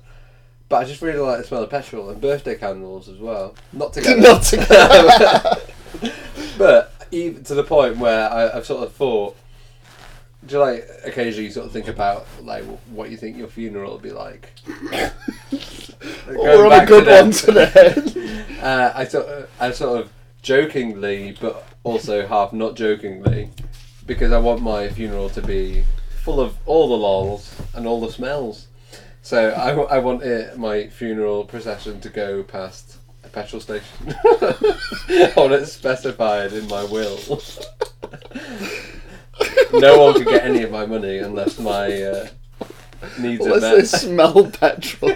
But I just really like the smell of petrol and birthday candles as well. [laughs] Not [laughs] together. Not together. but even to the point where I, I've sort of thought, do you like occasionally you sort of think about like what you think your funeral will [laughs] be like? We're [laughs] Going on a back to good them. one [laughs] today. Uh, I sort of, I sort of jokingly, but also [laughs] half not jokingly, because I want my funeral to be full of all the lols and all the smells. So I, w- I want it, my funeral procession to go past a petrol station. [laughs] I want it specified in my will. [laughs] no one can get any of my money unless my uh, needs are Unless they met. smell petrol.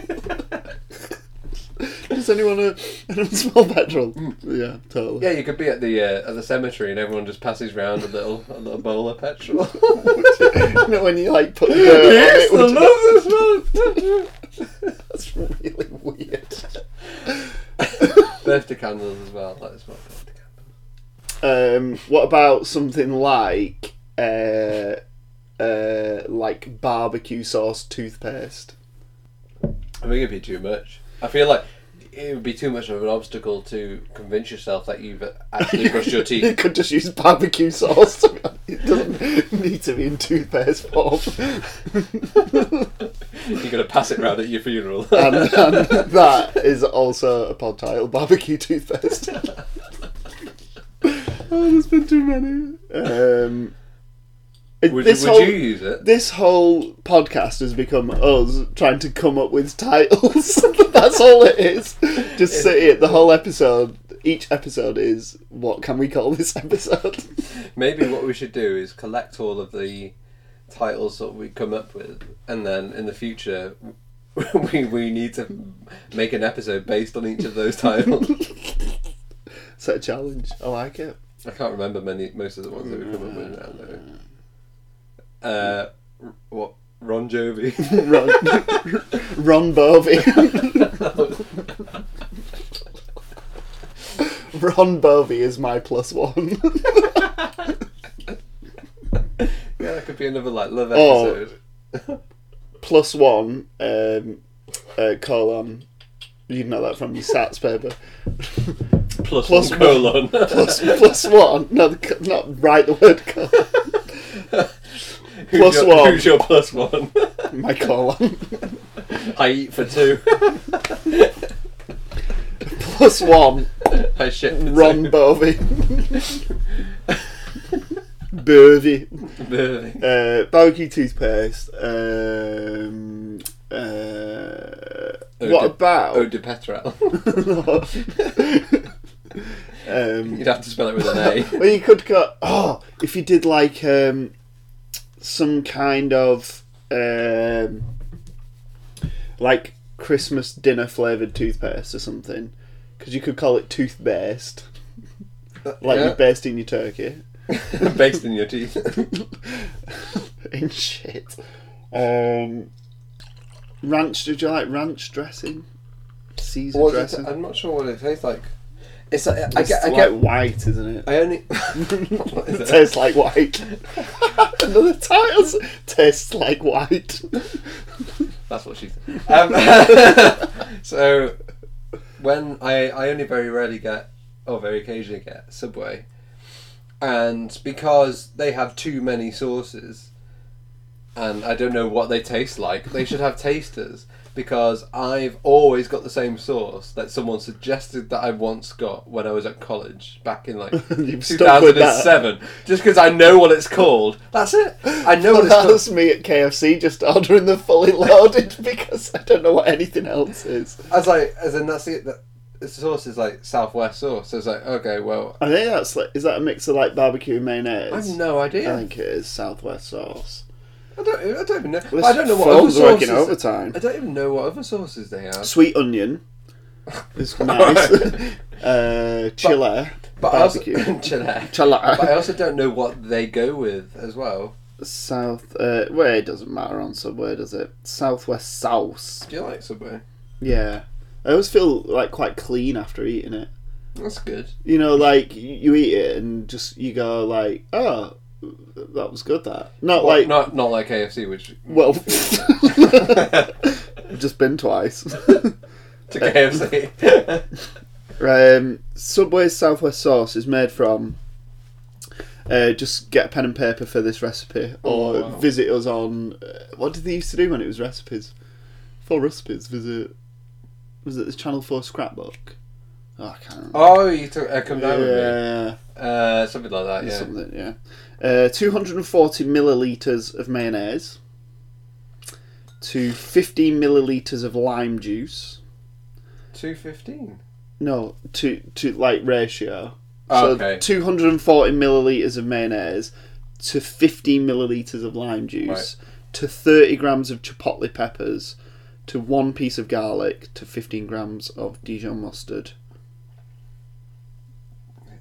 Does anyone, uh, anyone smell petrol? Yeah, totally. Mm. Yeah, you could be at the uh, at the cemetery and everyone just passes round a little a little bowl [laughs] of petrol. [laughs] you know, when you like put the dirt on it, would you- love this man. that's really weird. [laughs] Birthday candles as well. That is my birthday candle. Um, what about something like uh, uh, like barbecue sauce toothpaste? I think it'd be too much. I feel like it would be too much of an obstacle to convince yourself that you've [laughs] actually brushed your you teeth. [laughs] could just use barbecue sauce. [laughs] to be honest. It doesn't need to be in toothpaste form. [laughs] You're going to pass it round at your funeral. and, and that is also a pod title: barbecue [laughs] toothpaste. oh, there's been too many. Um, [laughs] would this would whole- you use it? this whole podcast has become us trying to come up with titles. [laughs] That's all it is. Just sit here. The whole episode, each episode is what can we call this episode? [laughs] Maybe what we should do is collect all of the titles that we come up with, and then in the future, [laughs] we, we need to make an episode based on each of [laughs] those titles. Set a challenge. I like it. I can't remember many most of the ones that we come up with now though. Uh, r- what Ron Jovi? [laughs] Ron, [laughs] Ron Bovey. Ron Bovey is my plus one. [laughs] yeah, that could be another like love Oh. episode. plus one um, uh, colon. You know that from your Sats paper. Plus, Plus [laughs] one colon. plus plus one. No, the co- not write the word colon. who's plus your, one. Who's your [laughs] plus one? My colon. I eat for two. [laughs] [laughs] plus one. I shit for Ron Bovey. Bovey. two. Uh, barbecue toothpaste. Um, uh, Oh, what did- about? Eau de Petrel. [laughs] [laughs] [laughs] um, You'd have to spell it with an A. well, you could go. Oh, if you did like um, some kind of um, like Christmas dinner flavored toothpaste or something, because you could call it toothpaste, [laughs] like Yeah. you're basting your turkey [laughs] Based in your teeth. [laughs] in shit. Um, ranch? Did you like ranch dressing? Caesar What does it dressing. ta- I'm not sure what it tastes like. It's like, I, It's get, I like get. white, isn't it? I only. [laughs] What is it it? [laughs] tastes like white. [laughs] Another titles tastes like white. That's what she said. Um, [laughs] so, when I, I only very rarely get, or very occasionally get, Subway. And because they have too many sauces, and I don't know what they taste like, they should have tasters. Because I've always got the same sauce that someone suggested that I once got when I was at college back in like [laughs] You've stuck with that. 2007. Just because I know what it's called. That's it. I [laughs] know what it's that called. was me at KFC just ordering the fully loaded [laughs] because I don't know what anything else is. As like, as in that's it. That the sauce is like Southwest sauce. So it's like, okay, well, I think that's like, is that a mix of like barbecue and mayonnaise? I have no I idea. think it is Southwest sauce. I don't, I don't even know. Well, I don't know what other phone's sauces. working overtime. I don't even know what other sauces they have. Sweet onion [laughs] is nice. [laughs] uh, chile, But barbecue, I [laughs] also, Chile. Chile. But I also don't know what they go with as well. South. Uh, well, it doesn't matter on Subway, does it? Southwest sauce. Do you like Subway? Yeah. I always feel like quite clean after eating it. That's good. You know, like y- you eat it and just you go like, oh, that was good. That not Well, like not not like KFC, which [laughs] well, [laughs] I've just been twice. [laughs] to Uh, KFC. um, Subway's Southwest sauce is made from. Uh, just get a pen and paper for this recipe, or Oh, wow. visit us on. Uh, what did they used to do when it was recipes? For recipes, visit. Was it the Channel Four scrapbook? Oh, I can't remember. oh, you took uh, come down with me. yeah, Uh, something like that. Yeah. something. Yeah, uh, two hundred and forty milliliters of mayonnaise, to fifteen milliliters of lime juice. Two fifteen. No, to to like ratio. Okay. So two hundred and forty milliliters of mayonnaise to fifteen milliliters of lime juice to thirty grams of chipotle peppers to one piece of garlic to fifteen grams of Dijon mustard.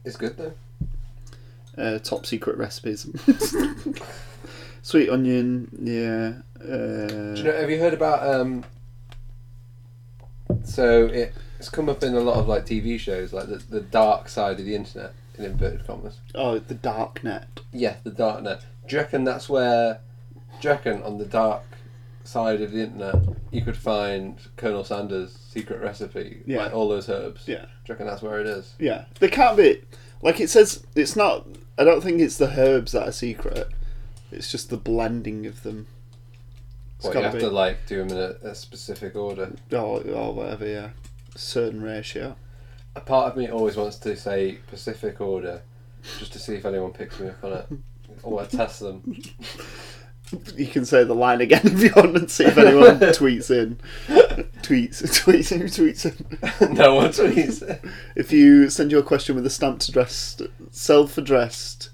It's good though. uh, top secret recipes. Sweet onion, yeah. Uh, Do you know, have you heard about um? So it It's come up in a lot of like TV shows, like the, the dark side of the internet in inverted commas. Oh, the dark net. Yeah, the dark net. Do you reckon that's where? Do you reckon on the dark side of the internet you could find Colonel Sanders' secret recipe? Yeah. Like all those herbs. Yeah. Do you reckon that's where it is? Yeah, they can't be. Like it says, it's not. I don't think it's the herbs that are secret. It's just the blending of them. It's Well, you gotta have be. to like do them in a, a specific order. or, or whatever, yeah. Certain ratio. A part of me always wants to say Pacific order, just to see if anyone picks me up on it. Or I test them. You can say the line again [laughs] if you want and see if [laughs] anyone tweets in. Tweets, [laughs] tweets, who tweets in? [laughs] no one tweets it. If you send your question with a stamped addressed, self-addressed,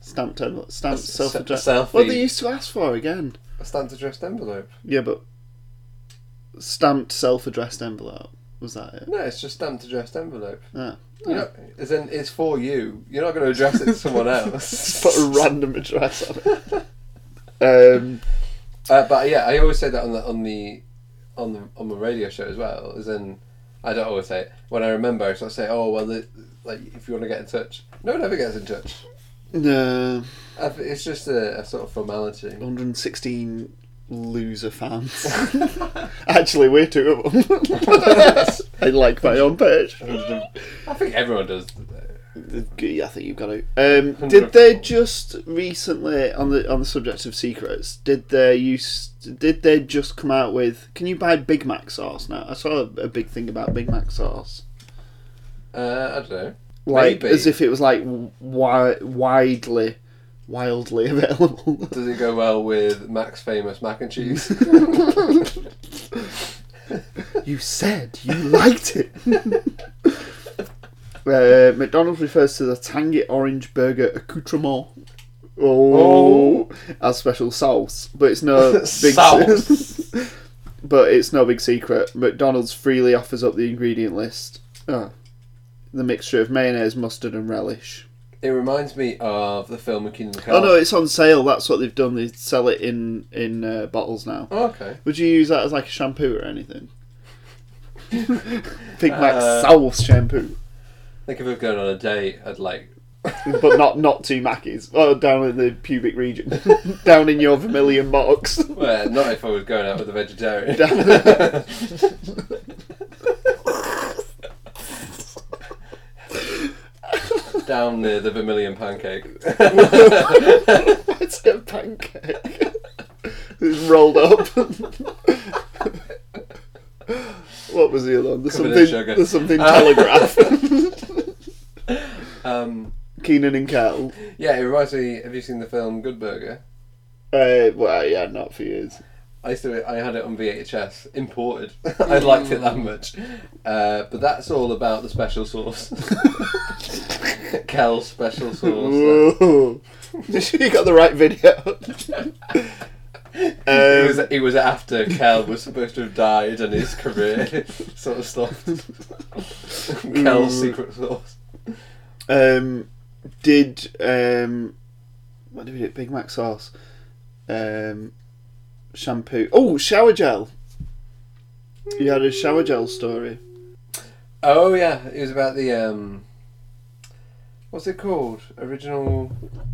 stamped, en- stamped, s- self-addressed. selfie. What they used to ask for again? A standard addressed envelope. Yeah, but stamped, self-addressed envelope. Was that it? Ah. No, it's just stamped addressed envelope. Yeah. You know, as in, it's for you. You're not going to address it [laughs] to someone else. put a random address on it. [laughs] Um, Uh, but yeah, I always say that on the on the on the on the radio show as well. As in, I don't always say it. When I remember, I sort of say, "Oh well, the, like if you want to get in touch, no one ever gets in touch. no, I th- It's just a, a sort of formality." 116 loser fans. [laughs] Actually, we're two of them. [laughs] I like my own page. I think everyone does. Yeah, I think you've got to. Um, did they just recently on the on the subject of secrets? Did they use? Did they just come out with? Can you buy Big Mac sauce now? I saw a, a big thing about Big Mac sauce. Uh, I don't know. Like Maybe. as if it was like wi- widely, wildly [laughs] available. Does it go well with Mac's famous mac and cheese? You said you liked it. [laughs] uh, McDonald's refers to the tangy orange burger accoutrement. Oh, as special sauce, but it's [laughs] no [laughs] big Sauce. [laughs] but it's no big secret. McDonald's freely offers up the ingredient list. Oh. The mixture of mayonnaise, mustard, and relish. it reminds me of the film Kingdom Come. Oh no, it's on sale. That's what they've done. They sell it in in uh, bottles now. Oh, okay. Would you use that as like a shampoo or [laughs] anything? Big Mac sauce shampoo, Like if we were going on a date, I'd like. but not not two Mackies. Oh, down in the pubic region, [laughs] down in your vermilion box. [laughs] Well, not if I was going out with a vegetarian. Down near the vermilion pancake. it's a pancake. It's rolled up. [laughs] what was the other one? There's Covered in something. sugar. Uh. There's something [laughs] telegraph. Um, Keenan and Kel. yeah, it reminds me. Have you seen the film Good Burger? Uh, well, yeah, not for years. [laughs] I used to. I had it on VHS, imported. [laughs] I liked it that Mm. much. Uh, but that's all about the [laughs] special sauce. Kel's special sauce. Whoa. you got the right video. [laughs] it, was, um, it was after Kel was supposed to have died and his career [laughs] sort of stopped. Ooh. Kel's secret sauce. um, did um, what did we do? Big Mac sauce, um, shampoo. Oh, shower gel. You had a shower gel story. Oh yeah, it was about the um. What's it called? Original.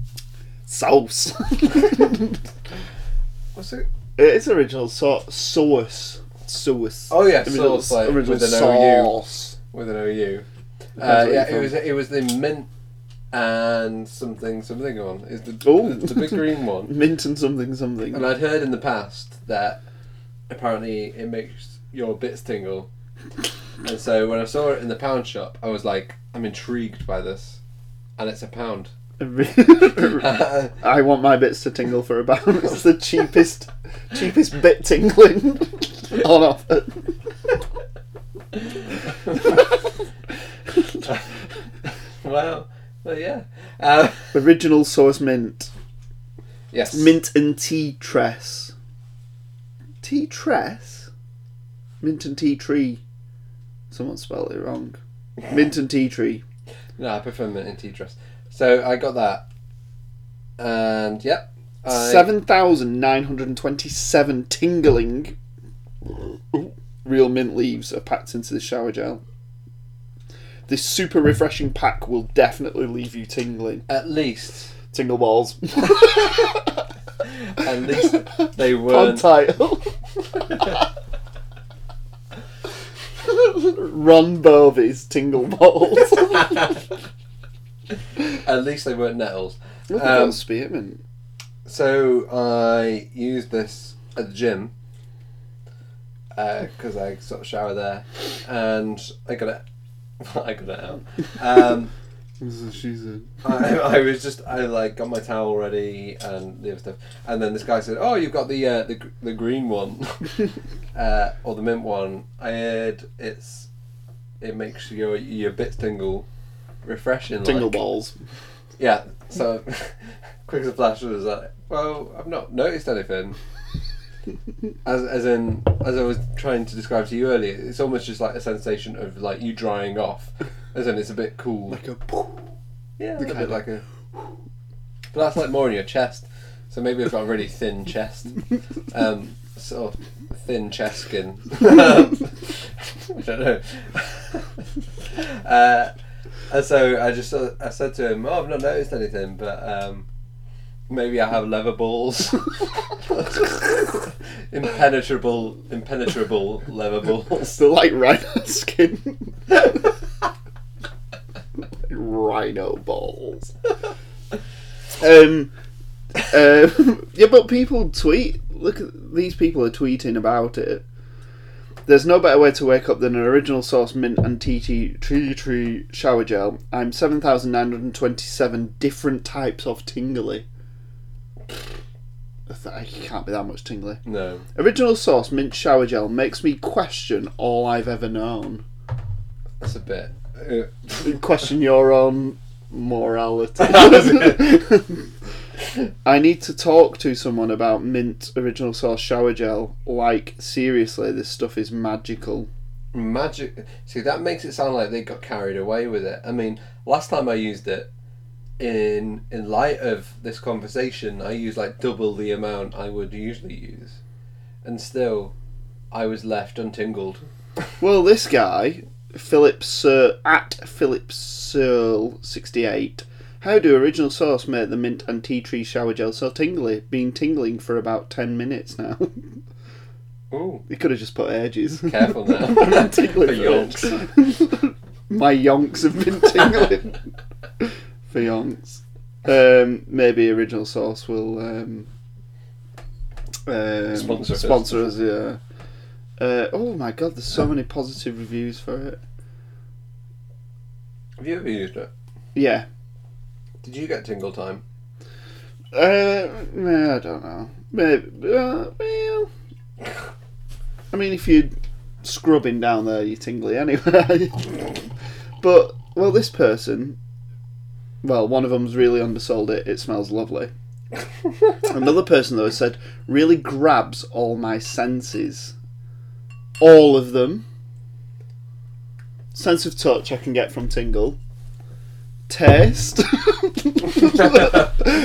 [laughs] Sauce. What's it? it's original so- sauce. Sauce. Oh yeah, Original- sauce like original with an OU. sauce. With an OU. Depends Uh, what yeah, you're it was it was the mint and something something on. Is the Ooh. the, the big green one? Mint and something something. And I'd heard in the past that apparently it makes your bits tingle. And so when I saw it in the pound shop, I was like, I'm intrigued by this, and it's a pound. [laughs] [laughs] I want my bits to tingle for a pound. [laughs] It's the cheapest, cheapest bit tingling [laughs] on offer. wow. Well, yeah. Uh, Original source mint, yes. mint and tea tress. Tea tress, mint and tea tree. Someone spelled it wrong. Mint and tea tree. No, I prefer mint and tea dress. So I got that, and yep. I, Seven thousand nine hundred twenty-seven tingling real mint leaves are packed into the shower gel. This super refreshing pack will definitely leave you tingling. At least, Tingle balls. at least [laughs] they Pun weren't. title. Ron Bovey's Tingle Balls. At least they weren't nettles. Look at Um, that spearmint. So I used this at the gym because I sort of shower there, and I got it. [laughs] I got it out. Um, I, [laughs] I was just I like got my towel ready and the other stuff, and then this guy said, "Oh, you've got the uh, the gr- the green one, uh, or the mint one." I heard it's it makes your your bits tingle, refreshing. like. Tingle Balls. Yeah. So, [laughs] quick as a flash was like, well, I've not noticed anything. [laughs] As, as in as I was trying to describe to you earlier, it's almost just like a sensation of like you drying off, as in it's a bit cool. Like a. yeah, a the little kind bit of- like a. But that's like more in your chest. So maybe I've got a really thin chest, um, sort of thin chest skin. [laughs] Um, I don't know. [laughs] uh, and so I just uh, I said to him, "Oh, I've not noticed anything, but um, maybe I have leather balls, [laughs] impenetrable, impenetrable leather balls." [laughs] Still like rhino [laughs] skin. rhino balls. Um, um, yeah, but people tweet. Look, at these people are tweeting about it. There's no better way to wake up than an original source mint and TT Tree Tree shower gel. I'm 7,927 different types of tingly. I th- I can't be that much tingly. No, Original sauce mint shower gel makes me question all I've ever known. that's a bit. uh, question your own morality. [laughs] I need to talk to someone about mint original sauce shower gel. Like, seriously, this stuff is magical. magic see that makes it sound like they got carried away with it i mean last time i used it in in light of this conversation i used like double the amount i would usually use and still i was left untingled Well, this guy, Philip Sir at Philip Searle sixty eight. How do original sauce make the mint and tea tree shower gel so tingly? Been tingling for about ten minutes now. [laughs] Ooh, He could have just put ages. careful [laughs] now I'm tingling For for yonks. My yonks have been tingling for yonks. Um, maybe original sauce will um, um, Sponsor us. sponsor us. Yeah. Uh, oh my god, there's so many positive reviews for it. have you ever used it Yeah. did you get tingle time Uh, nah, I don't know. Maybe. Uh, well, I mean, if you're scrubbing down there, you're tingly anyway. [laughs] but well, this person, well, one of them's really undersold it. It smells lovely. Another person though said really grabs all my senses, all of them. Sense of touch I can get from tingle. Taste. [laughs] [laughs]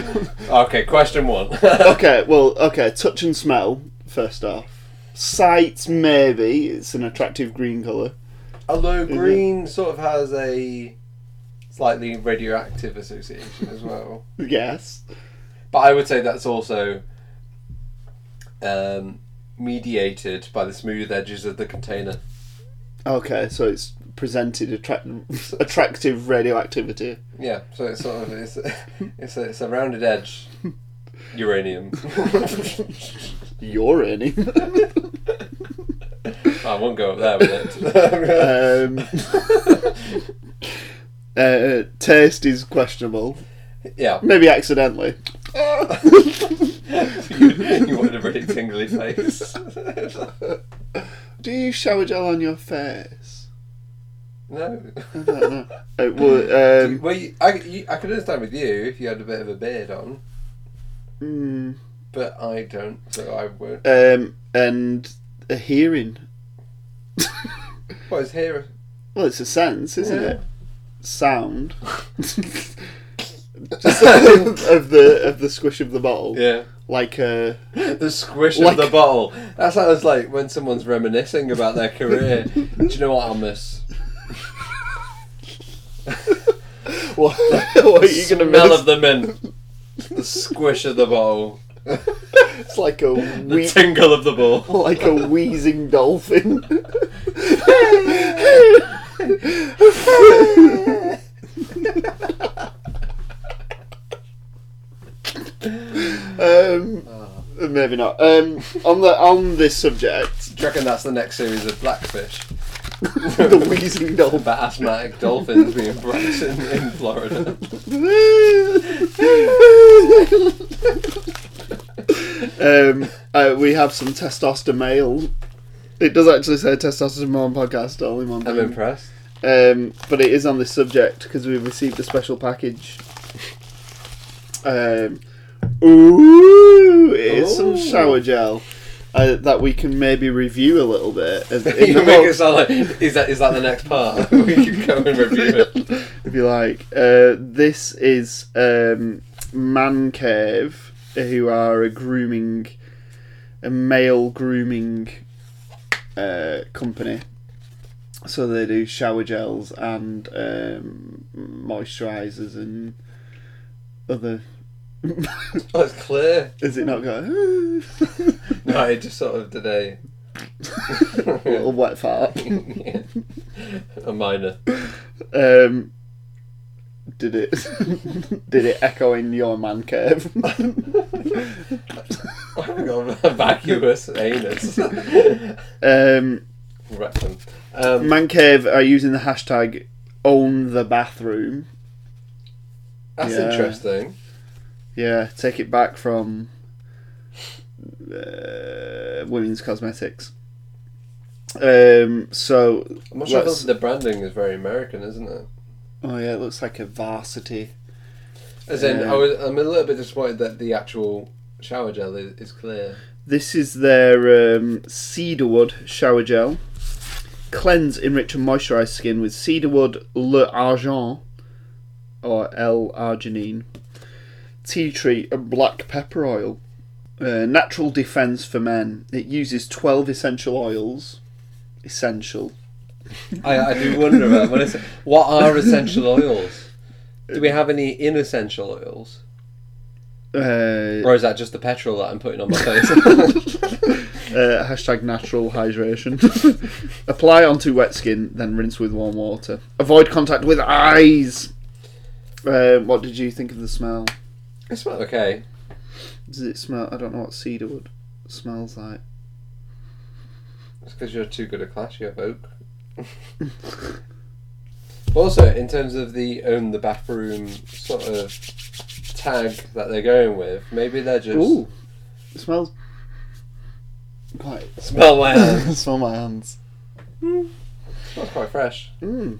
okay question one okay, well, okay, touch and smell, first off. Sight, maybe. It's an attractive green colour. [laughs] although green sort of has a slightly radioactive association as well Yes. But I would say that's also um, mediated by the smooth edges of the container. Okay, so it's presented attract- [laughs] attractive radioactivity. Yeah, so it's sort of it's [laughs] it's a, it's a [laughs] rounded edge uranium. Oh, You're in it. I won't go up there with [laughs] it. um, uh, taste is questionable. yeah, Maybe accidentally. you, [laughs] you wanted a really tingly face. [laughs] Do you shower gel on your face? no, I don't know. Uh, well, um, well, you, I you, I could understand with you if you had a bit of a beard on, mm, but I don't, so I won't. um, and a hearing. Well, it's here. Well, it's a sense, isn't it? [laughs] Sound. Just of the of the squish of the bottle. Yeah. like [laughs] a The squish Like- of the bottle. That sounds like when someone's reminiscing about their [laughs] career. Do you know what I miss? what, what are you gonna Smell miss? of the mint. The squish of the bottle. It's like a The wee- tingle of the ball. [laughs] like [laughs] a wheezing dolphin. um, maybe not. Um, on the on this subject, [laughs] Do you reckon that's the next series of Blackfish? the wheezing dolphin. About asthmatic dolphins being bred in, in Florida. um, uh, we have some testosterone male. It does actually say testosterone male on podcast only one I'm thing. impressed. Um, but it is on this subject because we received a special package. Um, ooh, it's some Ooh. shower gel uh, that we can maybe review a little [laughs] bit. as- [laughs] in you the make hope- it sound like is that is that the next part? [laughs] we can go and review it. if you like. Uh, this is um, Man Cave, who are a grooming, a male grooming uh, company. So they do shower gels and um, moisturisers and other. Oh, it's clear. Is it [laughs] not going? No, it just sort of today. little wet fart. A minor. [laughs] Um, did it? did it [laughs] echo in your man cave? I got a vacuous anus. [laughs] [laughs] um, Rectum. Um, Man Cave are using the hashtag own the bathroom. that's Yeah. interesting. Yeah, take it back from uh, women's cosmetics. Um, so, I'm not sure Let's- if the branding is very American, isn't it? oh yeah, it looks like a varsity. As in, Yeah. I was, I'm a little bit disappointed that the actual shower gel is, is clear. This is their um, cedarwood shower gel. Cleanse, enrich, and moisturize skin with cedarwood, le argent, or L arginine, tea tree, and black pepper oil. Uh, natural defense for men. It uses 12 essential oils. Essential. I, I do wonder about when it's, what are essential oils? Do we have any inessential oils? Uh, Or is that just the petrol that I'm putting on [laughs] my face? uh, hashtag natural hydration. [laughs] Apply onto wet skin, then rinse with warm water. Avoid contact with eyes. Uh, what did you think of the smell? it smells okay. Does it smell? I don't know what cedarwood smells like. It's because you're too good a class. You have oak. [laughs] also, in terms of the own the bathroom sort of tag that they're going with, maybe they're just Ooh, it smells quite. smell my [laughs] hand. smell my hands. [laughs] smells quite fresh. [laughs]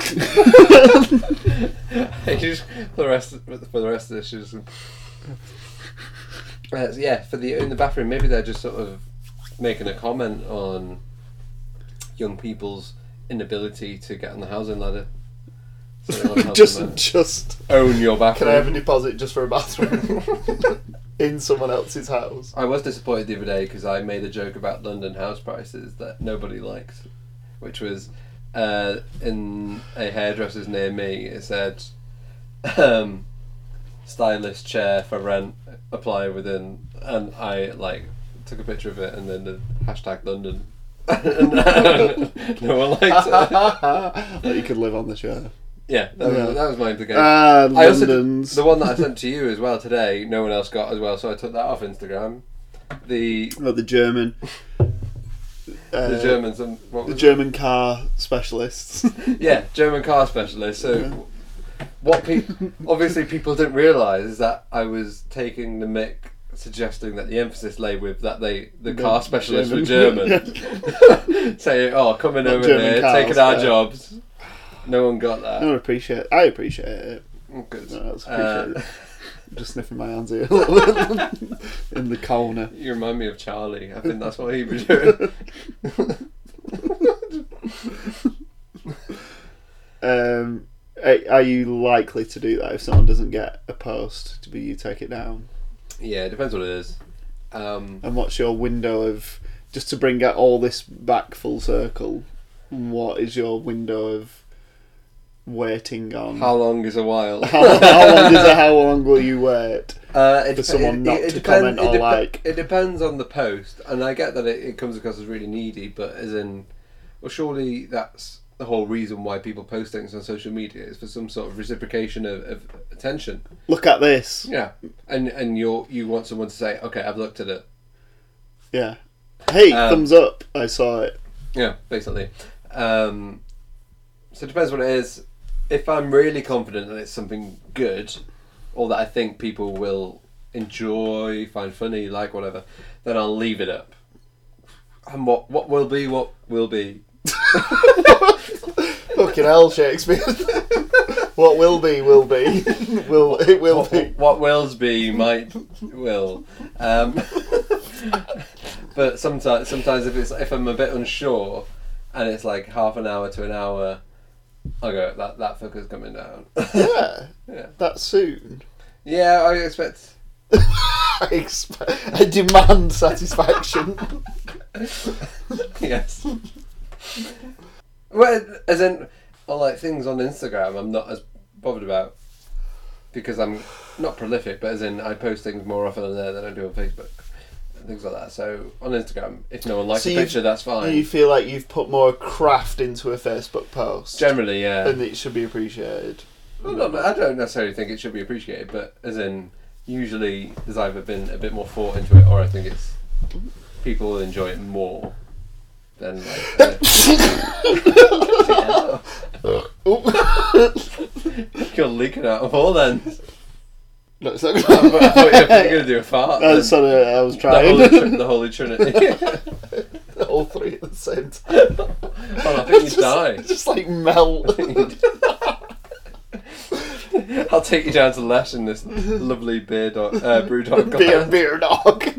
Mm. You just- for the rest, of, for the rest of this, you just- Uh, yeah, for the in the bathroom, maybe they're just sort of making a comment on young people's inability to get on the housing ladder. So they're on [laughs] the housing just, ladder. just. own Oh, your Can bathroom. I have a deposit just for a [laughs] bathroom in someone else's house? I was disappointed the other day because I made a joke about London house prices that nobody liked, which was uh, in a hairdresser's near me. It said, um, "Stylist chair for rent. Apply within." And I like took a picture of it and then the hashtag London. [laughs] no one liked it. that you could live on the show. Yeah, that Yeah. was, that was my implication. Ah, I also did- London's. the one that I sent to you as well today. No one else got as well, so I took that off Instagram. The Oh, the [laughs] German. Uh, the Germans and what The was German car specialists. [laughs] it? yeah German car specialist. So what people obviously people didn't realise is that I was taking the mic, suggesting that the emphasis lay with that they the car specialists German. [laughs] were German, [laughs] saying oh coming Not over German here cars, taking our yeah. jobs. No one got that. I don't appreciate. I appreciate it. Good. No, that's Uh, appreciated. just sniffing my hands here [laughs] a little bit. in the corner. [laughs] You remind me of Charlie. I think that's what he [laughs] was doing. Um, uh, a- are you likely to do that if someone doesn't get a post? Do you take it down? Yeah, it depends what it is. Um, And what's your window of just to bring out all this back full circle? What is your window of waiting on? how long is a while? how, how long is it? How long will you wait? [laughs] Uh, it for depen- someone not to comment or it like. It depends on the post, and I get that it, it comes across as really needy, but as in, well, surely that's the whole reason why people post things on social media is for some sort of reciprocation of, of attention. Look at this. Yeah, and and you you want someone to say, okay, I've looked at it. Yeah. Hey, Um, thumbs up. I saw it. Yeah, basically. Um, so it depends what it is. If I'm really confident that it's something good, or that I think people will enjoy, find funny, like whatever, then I'll leave it up. And what what will be, what will be. Fucking hell, Shakespeare. [laughs] what will be, will be. [laughs] will It will What, be. what wills be might will. Um, [laughs] but sometimes sometimes if it's if I'm a bit unsure, and it's like half an hour to an hour, I go that that fucker's coming down. Yeah. Yeah. That soon. yeah, I expect. [laughs] [laughs] I, exp- I demand satisfaction. yes. well, as in, well, like things on Instagram, I'm not as bothered about because I'm not prolific, but as in, I post things more often on there than I do on Facebook and things like that. So on Instagram, if no one likes So a you've- picture, that's fine. you feel like you've put more craft into a Facebook post, Generally, yeah. and it should be [laughs] appreciated. Well, not, I don't necessarily think it should be appreciated, but as in, usually there's either been a bit more thought into it, or I think it's people enjoy it more than [laughs] like. uh, Yeah. You're leaking out of all ends. No, it's not gonna I thought you were going to do a fart. I then. was, sorry, I was the, Holy trying. Trin- the Holy [laughs] Trinity. [laughs] All three at the same time. [laughs] well, I think you Just- die. Just like [laughs] melt. I'll take you down to Lesh in this lovely beer dog, uh, brew dog beer, glass. beer dog.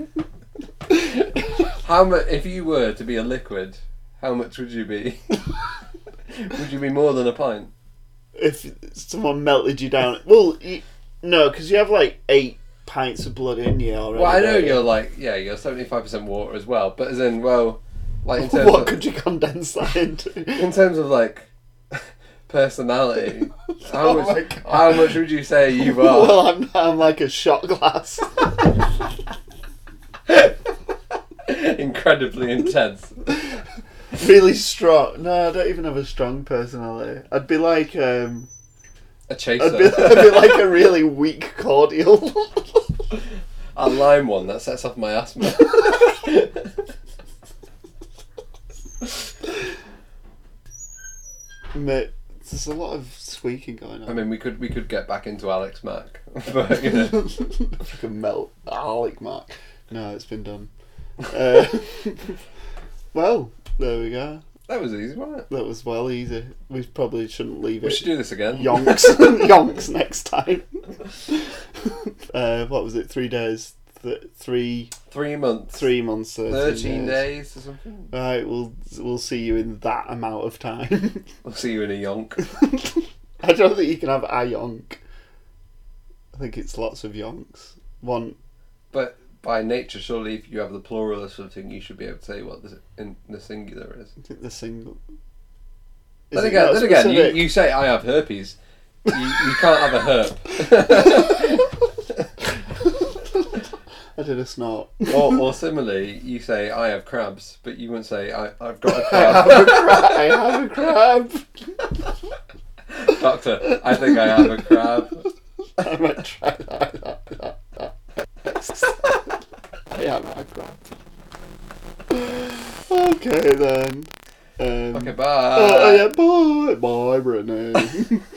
How much? If you were to be a liquid, how much would you be? [laughs] would you be more than a pint? if someone melted you down, well, you, no, because you have like eight pints of blood in you already. Well, I know don't you? you're like yeah, you're seventy five percent water as well, but as in well, like in terms [laughs] What of, could you condense that [laughs] [laughs] into? in terms of like [laughs] [laughs] personality, how Oh my much God. how much would you [laughs] say you are? Well, I'm, I'm like a shot [laughs] glass. Incredibly intense. really strong. No, I don't even have a strong personality. I'd be like, um, I'd be, A I'd chaser. be like [laughs] a really weak cordial. [laughs] a lime one that sets off my asthma. Mate, there's a lot of squeaking going on. I mean, we could we could get back into Alex Mack, [laughs] but you [laughs] know, Like a melt. Oh, like Mark. No, it's been [laughs] done. Uh, [laughs] well, there we go. that was easy, wasn't it? That was well easy. We probably shouldn't leave We it. should do this again. Yonks, [laughs] yonks next [laughs] time. uh, what was it? Three days, th- three, Three months, three months, thirteen, thirteen days. days or something. Right, we'll we'll see you in that amount of time. [laughs] We'll see you in a yonk. I don't think you can have a yonk. I think it's lots of yonks. One, But by nature, surely, if you have the plural of something, you should be able to say what the, in the singular is. I think the single. Is Then it again, not then again, specific? you, you say I have herpes. You, you can't have a [laughs] herp. [laughs] I did a snort. or, or similarly, you say I have crabs, but you wouldn't say I, [laughs] I've got a I have [laughs] a crab. crab. I have a crab. Doctor, I think I have a crab. I might try that. [laughs] I have a crab. Okay uh, then. Um, Okay, Oh, bye. yeah, bye, bye, Brittany. [laughs]